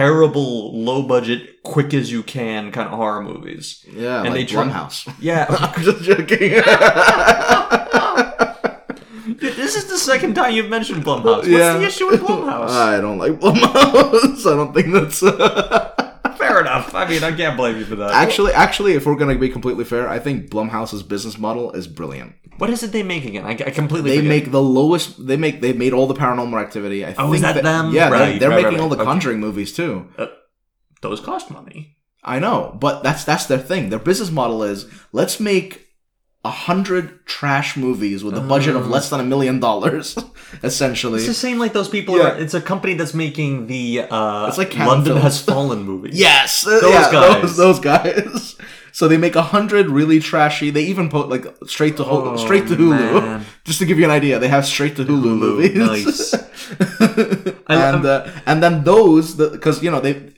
terrible, low budget, quick as you can kind of horror movies.
Yeah,
And
like
they try-
Blumhouse.
Yeah,
I'm just joking.
this is the second time you've mentioned Blumhouse. What's
Yeah.
the issue with Blumhouse?
I don't like Blumhouse. I don't think that's uh,
Fair enough. I mean, I can't blame you for that.
actually. Actually, if we're gonna be completely fair, I think Blumhouse's business model is brilliant.
what is it they make again? I, I completely
They
forget.
make the lowest. They make. They made all the Paranormal Activity. I
Oh,
think
is that them?
Yeah, they're-
Right,
they're,
right, right,
making all
right.
the
Okay.
Conjuring movies too.
those cost money.
I know, but that's that's their thing. Their business model is let's make a hundred trash movies with a budget
Mm.
of less than a million dollars, essentially.
It's the same like those people.
Yeah.
Are, it's a company that's making the uh,
It's like Cannon
London
Films.
Has Fallen movie.
Yes,
Those
Uh, yeah,
guys.
Those, those guys. So they make a hundred really trashy. They even put like straight to Hulu,
Oh,
straight to Hulu,
man.
just to give you an idea. They have straight to Hulu, movies.
nice. um, I-
and uh, and then those because you know they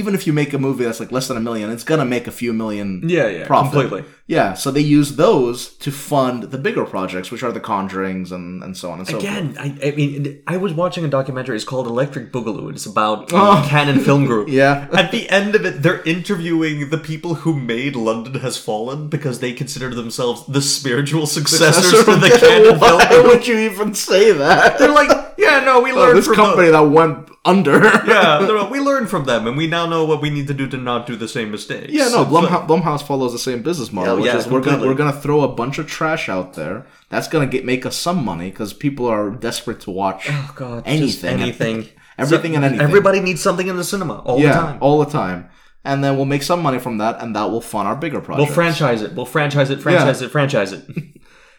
even if you make a movie that's like less than a million, it's gonna make a few million.
Yeah, yeah,
profit.
completely.
Yeah, so they use those to fund the bigger projects, which are the Conjurings and, and so on and so forth.
Again, I, I mean, I was watching a documentary. It's called Electric Boogaloo. and It's about um, Canon Film Group.
Oh. Yeah.
At the end of it, they're interviewing the people who made London Has Fallen because they consider themselves the spiritual successors to the Canon Film
Why
Group.
would you even say that?
They're like, yeah, no, we learned
Oh, this
from
company
them.
that went under.
Yeah, no, no, we learned from them, and we now know what we need to do to not do the same mistakes.
Yeah, no,
But-
Blumhouse, Blumhouse follows the same business model,
Yeah,
which
yeah,
is we're gonna
completely.
we're gonna throw a bunch of trash out there. That's gonna get make us some money because people are desperate to watch
Oh God,
anything,
just anything,
everything, and anything.
Everybody needs something in the cinema all
yeah,
the time.
all the time. And then we'll make some money from that, and that will fund our bigger
We'll
projects.
franchise it. We'll franchise it. Franchise it. Franchise it.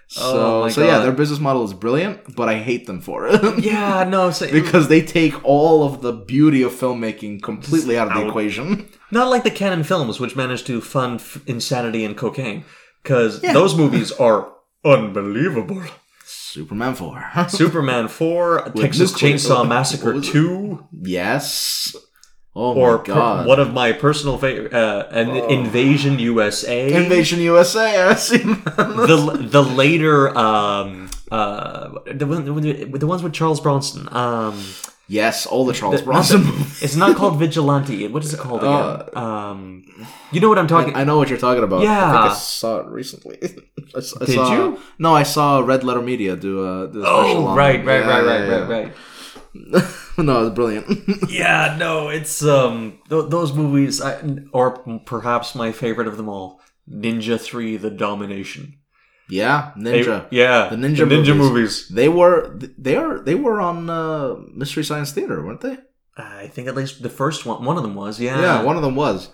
so,
Oh my
so yeah,
God.
their business model is brilliant, but I hate them for it
yeah, no, so,
because they take all of the beauty of filmmaking completely out of the
out.
equation.
not like the Cannon films, which managed to fund f- insanity and cocaine, because those movies are unbelievable.
Superman Four,
Superman Four, Texas
nuclear-
Chainsaw Massacre
was it?
Two.
yes, Oh
or
my
per-
god! Oh.
one of my personal favorite, uh, an Invasion USA.
Invasion USA. I've seen that.
the the later um uh the, one- the ones with Charles Bronson um
yes, all the Charles
the-
Bronson movies.
it's not called vigilante what is it called again um you know what I'm talking
Uh, I know what you're talking about. I
Yeah.
think I saw it recently. I s- I
Did
saw-
you?
No, I saw Red Letter Media do a. Do a special
oh
on
right
it.
right
Yeah,
right
yeah,
right right
yeah.
right
no, it's brilliant.
yeah no it's um th- those movies I, or perhaps my favorite of them all Ninja Three the Domination
yeah,
They-
Ninja. They,
yeah
The ninja
ninja
movies.
movies
were they are they were on uh, Mystery Science Theater, weren't they?
I think at least the first one one of them was
Yeah, one of them was.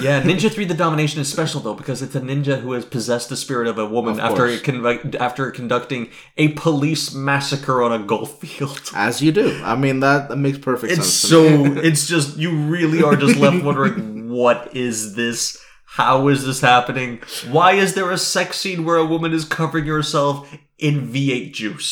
Yeah, Ninja Three: The Domination is special though because it's a ninja who has possessed the spirit of a woman
Of
after
course.
con- after conducting a police massacre on a golf field.
As you do. I mean that, that makes perfect
It's
sense. to
so
me.
it's just you really are just left wondering what is this? How is this happening? Why is there a sex scene where a woman is covering herself in V8 juice?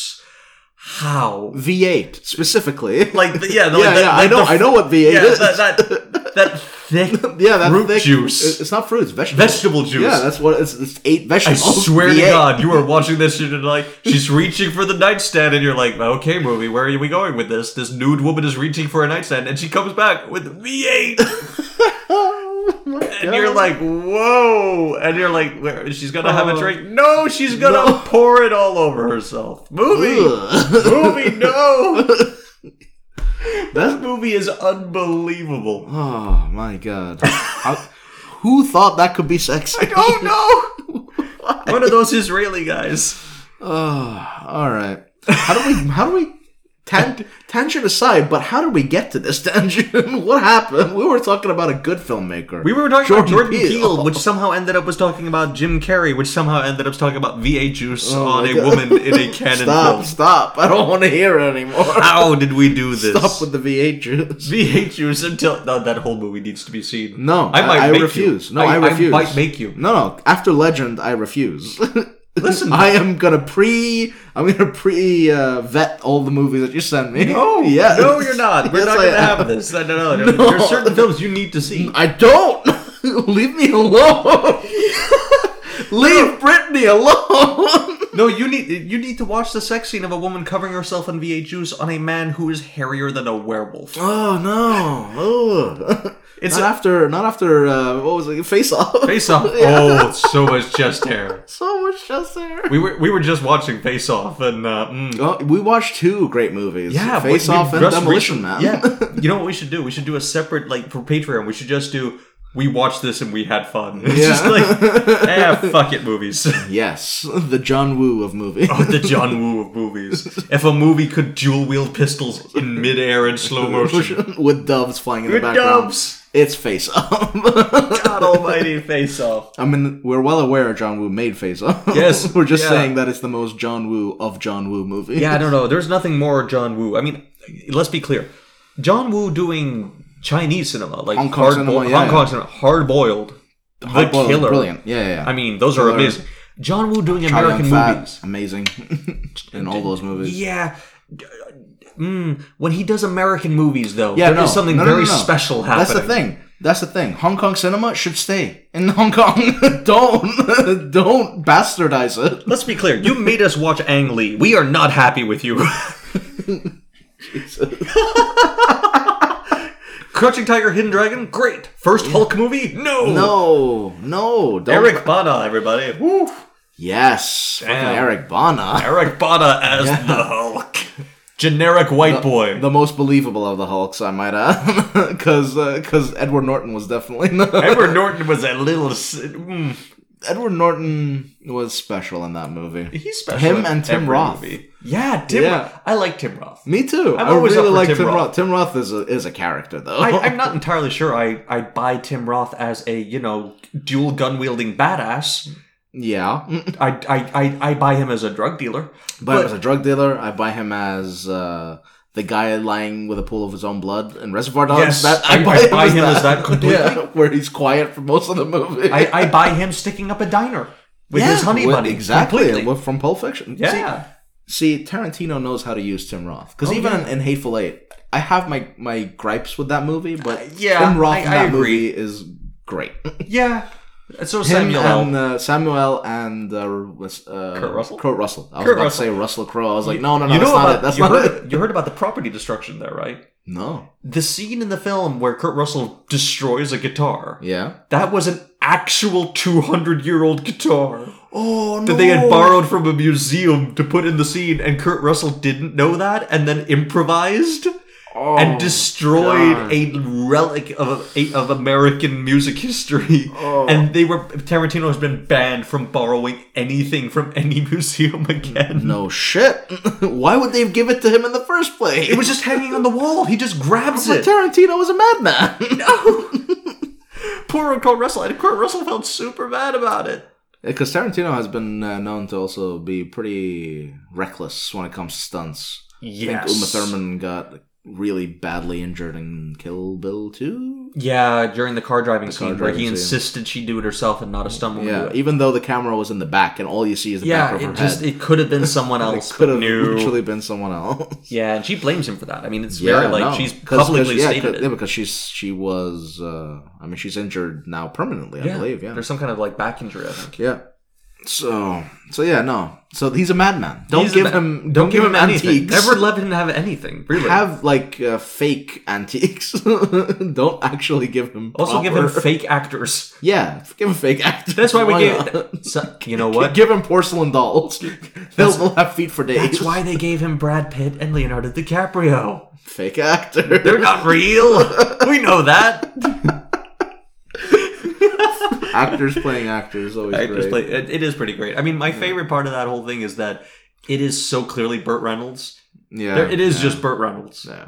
How?
V8 specifically.
Like the- yeah, the,
yeah,
like, the-
yeah, I
like
know,
the-
I know what V8
yeah,
is.
that that, that thick
yeah, that
root
thick-
juice.
it- It's not fruit. It's vegetables.
Vegetable juice.
Yeah, that's what it's. It's eight
I
vegetables.
swear to
V8.
God, you are watching this shit and like she's reaching for the nightstand, and you're like, okay, movie, where are we going with this? This nude woman is reaching for a nightstand, and she comes back with V8,
Oh my
and you're
God.
like, whoa, and you're like, where, she's gonna have a
Oh.
drink? No, she's gonna
No.
pour it all over herself. Movie,
Ugh.
movie, no. This
That's-
movie is unbelievable.
oh my god. How- who thought that could be sexy? I
Oh no, one of those Israeli guys.
all right. How do we? How do we? Tan- tangent aside, but how did we get to this tangent? what happened? We were talking about a good filmmaker.
We were talking about
Jordan
Jordan Peele.
Peele.
which somehow ended up was talking about Jim Carrey, which somehow ended up talking about VA juice
Oh
on
my
a
God.
woman in a cannon
stop,
film.
stop! I don't want to hear it anymore.
How did we do this?
Stop with the V8 juice.
VA juice until no, that whole movie needs to be seen.
No, I, I,
make you.
refuse. No, I, refuse.
I might make you.
No, no. After Legend, I refuse.
Listen.
I am gonna pre. I'm gonna pre uh, vet all the movies that you send me.
No,
Yes.
no, you're not. We're
Yes,
not
I
going to
am.
have this. No, no, no. There are certain films you need to see.
I don't. Leave me alone. Leave Brittany alone.
No, you need you need to watch the sex scene of a woman covering herself in VA juice on a man who is hairier than a werewolf.
oh no. Ugh.
It's
not
a-
after. Not after. Uh, what was it? Face off.
Face off. Oh, so much chest hair.
So much just there.
We were we were just watching Face Off and uh, mm.
Well, we watched two great movies.
yeah,
Face
we- we
Off and
just
Demolition
recent-
Man.
Yeah, you know what we should do? We should do a separate like for Patreon. We should just do we watched this and we had fun. It's
Yeah.
just like ah, fuck it, movies.
Yes, the John Woo of movies.
the John Woo of movies. If a movie could dual wield pistols in midair in slow motion,
with doves flying in
with
the background.
dubs.
It's Face Off.
God Almighty, Face Off.
I mean, we're well aware John Woo made Face Off.
Yes,
we're just
yeah.
saying that it's the most John Woo of John Woo movie.
Yeah, I don't know. There's nothing more John Woo. I mean, let's be clear. John Woo doing Chinese cinema, like
Hong Kong
hard
cinema,
boi-
yeah,
Hong Kong
yeah.
cinema, hard boiled, the
Hard-boiled,
killer,
brilliant. Yeah, yeah. yeah.
I mean, those are
Killer.
amazing. John Woo doing
Chow
American
Yun-fat,
movies.
amazing, in all those movies.
Yeah. Mm, when he does American movies, though, there is
no,
something
no, no,
very
no, no.
special happening.
That's the thing. That's the thing. Hong Kong cinema should stay in Hong Kong. don't, don't bastardize it.
Let's be clear. You made us watch Ang Lee. We are not happy with you. Crouching Tiger, Hidden Dragon, great. First Hulk movie, no.
No, no, don't.
Eric Bana, everybody. Woo.
Yes, fucking
Damn.
Eric Bana,
Eric Bana as the Hulk. Generic white boy.
the most believable of the Hulks, I might add, because because Edward Norton was definitely not.
Edward Norton was a little. s- mm,
Edward Norton was special in that movie.
he's special.
Him
in
and Tim
every
Roth.
movie. Yeah, Tim.
Yeah.
Roth. I like Tim Roth.
Me too. i
always up
really
for
like
Tim
Tim,
Roth.
Roth. Tim Roth is a, is a character though.
I, I'm not entirely sure. I I buy Tim Roth as a you know dual gun wielding badass.
yeah, but,
I, I I I buy him as a drug dealer.
as a drug dealer, I buy him as uh, the guy lying with a pool of his own blood in Reservoir
Yes,
Dogs.
I buy him as that completely.
Yeah, where he's quiet for most of the movie.
I, I buy him sticking up a diner with
Yeah,
his honey
with-
bunny.
Exactly,
completely.
with- from Pulp Fiction.
Yeah.
See, See, Tarantino knows how to use Tim Roth
Oh,
because even in, in Hateful Eight, I have my my gripes with that movie, but
Uh, yeah,
Tim Roth
I-
in
I
that
agree.
movie is great.
Yeah. So
Him
Samuel L.
and uh, Samuel and uh, was, uh,
Kurt Russell?
Kurt Russell. I was
Kurt
about
Russell.
to say Russell Crowe. I was like, no, no, no, that's not
about,
it. That's
you
not
heard,
it.
You heard about the property destruction there, right?
No.
The scene in the film where Kurt Russell destroys a guitar.
Yeah.
That was an actual 200 year old guitar
Oh no.
that they had borrowed from a museum to put in the scene, and Kurt Russell didn't know that and then improvised
Oh,
and destroyed
God.
a relic of, a, of American music history.
Oh.
And they were Tarantino has been banned from borrowing anything from any museum again.
No shit. Why would they give it to him in the first place?
It was just hanging on the wall. He just grabs
But
it.
Tarantino was a madman.
Poor Kurt Russell. And Kurt Russell felt super bad about it.
Because Tarantino has been uh, known to also be pretty reckless when it comes to stunts. I think Uma Thurman got really badly injured in Kill Bill too.
Yeah, during the car driving scene where he
driving scene.
insisted she do it herself and not a stunt woman
Yeah,
do it.
even though the camera was in the back and all you see is the
Yeah,
back of her
it just
head,
it could have been someone
it
else.
could have
no.
literally been someone else.
Yeah, and she blames him for that. I mean, it's
Yeah,
very like
no.
she's
'Cause- 'cause-
publicly
yeah, 'cause-
stated
Yeah,
it.
because she's she was. Uh, I mean, she's injured now permanently. I believe. Yeah.
there's some kind of like back injury. I think.
Yeah. So so yeah no so he's a madman. Don't
He's a
give
ma-
him don't, give him
anything.
antiques.
Never let him have anything. Really.
have like uh, fake antiques. don't actually give him.
also, give him
proper-
fake actors.
yeah, give him fake actors.
That's why we
not?
gave. So, you know what?
Give him porcelain dolls. They'll, they'll have feet for days.
That's why they gave him Brad Pitt and Leonardo DiCaprio.
fake actor.
They're not real. we know that.
actors playing actors. Always
Actors
great.
play- it- it is pretty great. I mean, my favorite part of that whole thing is that it is so clearly Burt Reynolds.
yeah,
There, it is
yeah,
just Burt Reynolds.
yeah.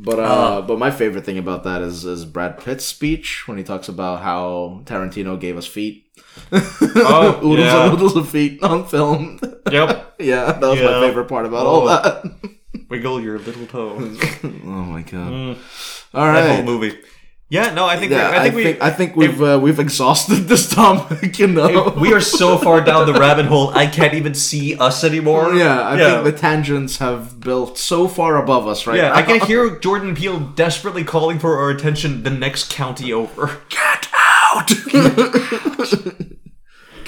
But uh,
Uh,
but my favorite thing about that is is Brad Pitt's speech when he talks about how Tarantino gave us feet.
Oh,
oodles
yeah.
and oodles of feet on film.
Yep.
yeah, that was
Yeah.
my favorite part about all
Oh.
that.
Wiggle your little toe.
Oh my god!
Mm,
All
that
right.
whole movie. Yeah, no, I think,
yeah,
we- I think we.
I think we've uh, we've exhausted this topic, you know.
we are so far down the rabbit hole, I can't even see us anymore.
Oh, yeah, I
Yeah.
think the tangents have built so far above us right
Yeah,
now.
I can hear Jordan Peele desperately calling for our attention the next county over.
get out.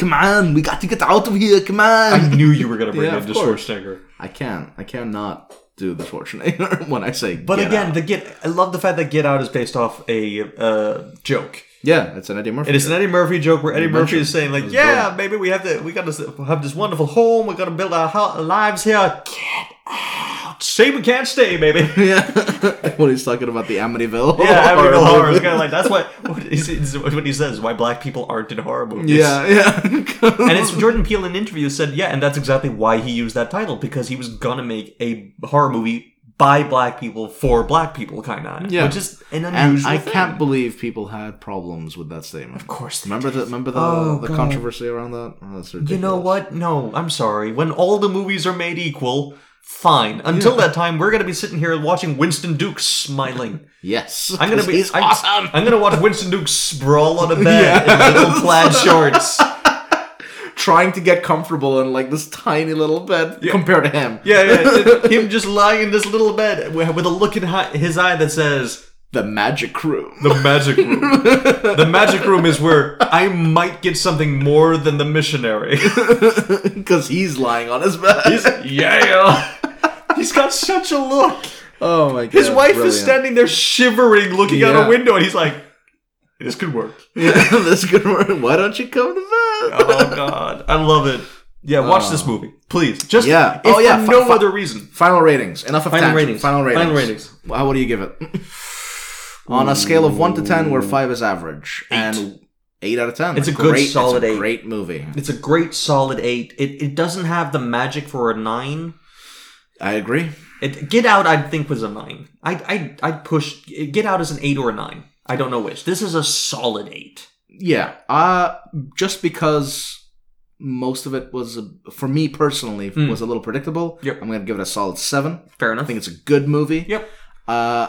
Come on, we got to get out of here. Come on.
I knew you were going to bring
Yeah,
up
of
the
course.
Schwarzenegger.
I can't. I cannot do the Schwarzenegger when I say.
But
get
again,
out.
the Get I love the fact that Get Out is based off a uh, joke.
yeah, it's an Eddie Murphy.
It is an Eddie Murphy joke where Eddie Murphy
mentioned
is saying
it
like,
was
"Yeah, maybe we have to, we got to have this wonderfil home. We got to build our ho- lives here. Get out, say we can't stay, baby."
Yeah, when he's talking about the Amityville.
Yeah,
horror
Amityville horror. It's
movie.
kind of like that's what what, is, is what he says. Why black people aren't in horror movies?
Yeah, yeah.
and it's Jordan Peele in an interview said, yeah, and that's exactly why he used that title because he was gonna make a horror movie by black people for black people, kind of.
Yeah.
which is an
and
unusual.
I
thing.
can't believe people had problems with that statement.
Of course, they
Remember the remember the,
Oh,
the
God.
controversy around that? Oh, that's ridiculous.
You know what? No, I'm sorry. When all the movies are made equal, fine. Until that time, we're gonna be sitting here watching Winston Duke smiling.
Yes,
I'm gonna be.
He's
I'm,
awesome.
I'm gonna watch Winston Duke sprawl on a bed in
Yeah.
little plaid shorts.
Trying to get comfortable in like this tiny little bed compared to him.
Yeah, yeah. him just lying in this little bed wi- with a look in hi- his eye that says
The magic room.
the magic room. the magic room is where I might get something more than the missionary.
Because he's lying on his bed.
He's, yeah. He's got such a look.
oh my god.
His wife is
brilliant.
standing there shivering, looking out
Yeah.
a window, and he's like, "This could work."
Yeah, this could work. Why don't you come to bed?
Oh God, I love it. Yeah, watch this movie, please. Just
Uh, Yeah.
if
Oh, yeah,
for
fi-
no
fi-
other reason.
Final ratings. Enough of
Final
tangents.
ratings.
Final ratings.
Final ratings.
How what do you give it? On a scale of one to ten, where five is average, and eight out of ten.
It's a good,
great,
solid
it's a
eight.
Great movie.
It's a great solid eight. It it doesn't have the magic for a nine.
I agree.
It, Get Out, I think, was a nine. I I I push Get Out is an eight or a nine. I don't know which. This is a solid eight.
Yeah. Uh just because most of it was a, for me personally
Mm.
was a little predictable.
Yep.
I'm gonna give it a solid seven.
Fair enough.
I think it's a good movie.
Yep.
Uh,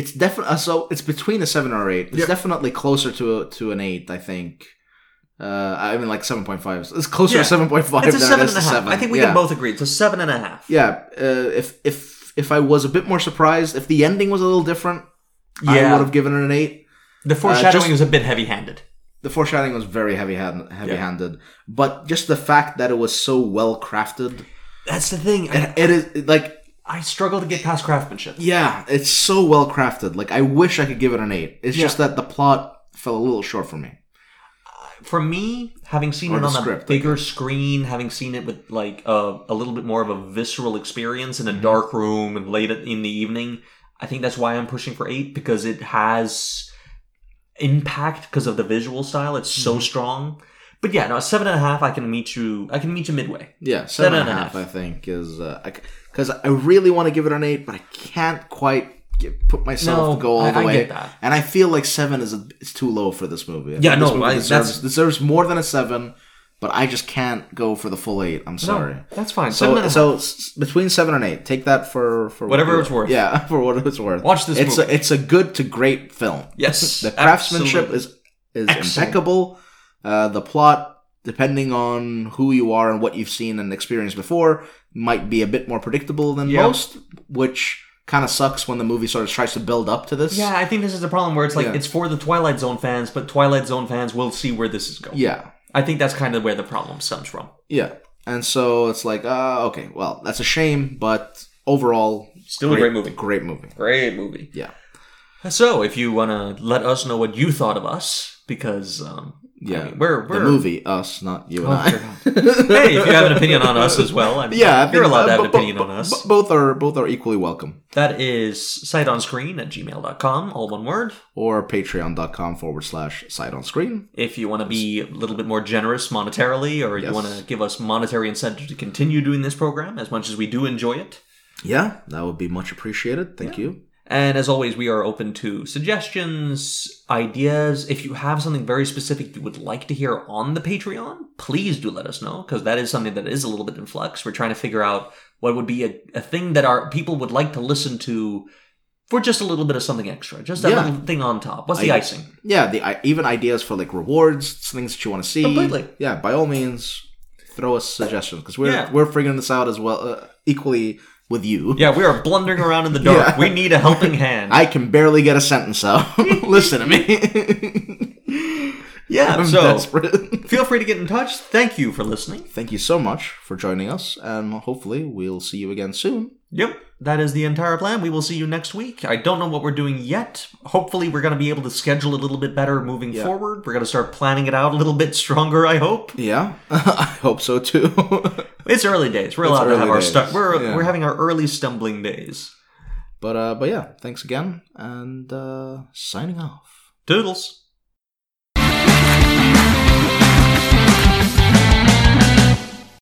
it's definitely so. It's between a seven or eight. It's
Yep.
definitely closer to a, to an eight. I think Uh, I mean, like seven point five. It's closer
Yeah.
to seven point five.
It's a
than
seven
it is
and a half.
to seven.
I think we
yeah.
can both agree. It's a seven and a half.
Yeah. Uh, if if if I was a bit more surprised, if the ending was a little different, I
Yeah.
would have given it an eight.
The foreshadowing
just-
was a bit heavy-handed.
The foreshadowing was very heavy hand, heavy handed, but just the fact that it was so well crafted,
That's the thing. I,
it is like
I struggle to get past craftsmanship.
yeah, it's so well crafted. Like I wish I could give it an eight. It's
Yeah.
just that the plot fell a little short for me.
For me, having seen
Or
it
the
on
script, I
a bigger screen, having seen it with like a, a little bit more of a visceral experience
Mhm.
in a dark room and late in the evening, I think that's why I'm pushing for eight because it has impact because of the visual style. It's
Mhm.
so strong. But yeah, no, a seven and a half. I can meet you. I can meet you midway.
Yeah, seven and a half. I think is because I really want to give it an eight, but I can't quite get, put myself
No,
to go all
I-
the
I
way.
get that.
And I feel like seven is a, it's too low for this movie. I
Yeah,
think
no,
this movie
I-
deserves,
that's-
deserves more than a seven, but I just can't go for the full eight. I'm sorry.
No, that's fine. seven and
So,
a half.
so s- between seven and eight, take that for, for
Whatever
you-
it's worth.
Yeah, for what it's worth.
Watch this
It's
movie.
a, it's a good to great film.
yes,
The craftsmanship
absolutely.
is is
Excellent.
impeccable. Uh, the plot, depending on who you are and what you've seen and experienced before, might be a bit more predictable than
Yeah.
most, which kind of sucks when the movie sort of tries to build up to this.
Yeah, I think this is the problem where it's like
Yeah.
it's for the Twilight Zone fans, but Twilight Zone fans will see where this is going.
yeah,
I think that's kind of where the problem stems from.
yeah. And so it's like, uh, okay, well, that's a shame, but overall,
Still a great movie.
Great movie.
Great movie.
Yeah,
So, if you want to let us know what you thought of us, because um, I
yeah.
mean, we're
the
we're
movie, us, not you and I.
hey, if you have an opinion on us as well, I mean,
Yeah, I
you're
think-
allowed to have
uh,
an
bo-
opinion
bo-
on us.
bo- Both are both are equally welcome.
that is sightonscreen at gmail.com, all one word.
Or patreon.com forward slash side on screen.
If you want to be a little bit more generous monetarily, or
Yes.
you want to give us monetary incentive to continue doing this program, as much as we do enjoy it.
Yeah, that would be much appreciated. Thank you.
And as always, we are open to suggestions, ideas. If you have something very specific you would like to hear on the Patreon, please do let us know because that is something that is a little bit in flux. We're trying to figure out what would be a, a thing that our people would like to listen to for just a little bit of something extra, just that
Yeah.
little thing on top. What's the
I-
icing?
Yeah, the I, even ideas for like rewards, things that you want to see.
Completely.
Yeah, by all means, throw us suggestions because we're
Yeah.
we're figuring this out as well, uh, equally with you.
Yeah, we are blundering around in the dark.
Yeah.
We need a helping hand.
I can barely get a sentence out. Listen to me.
yeah,
I'm
so
desperate.
feel free to get in touch. Thank you for listening.
Thank you so much for joining us, and hopefully we'll see you again soon.
Yep, that is the entire plan. We will see you next week. I don't know what we're doing yet. Hopefully, we're going to be able to schedule a little bit better moving
Yeah.
forward. We're going to start planning it out a little bit stronger. I hope
Yeah, I hope so too.
it's early days. We're
It's
allowed to have
early
our
days.
stu- we're
Yeah.
we're having our early stumbling days.
but uh, but yeah, thanks again, and uh, signing off.
Doodles.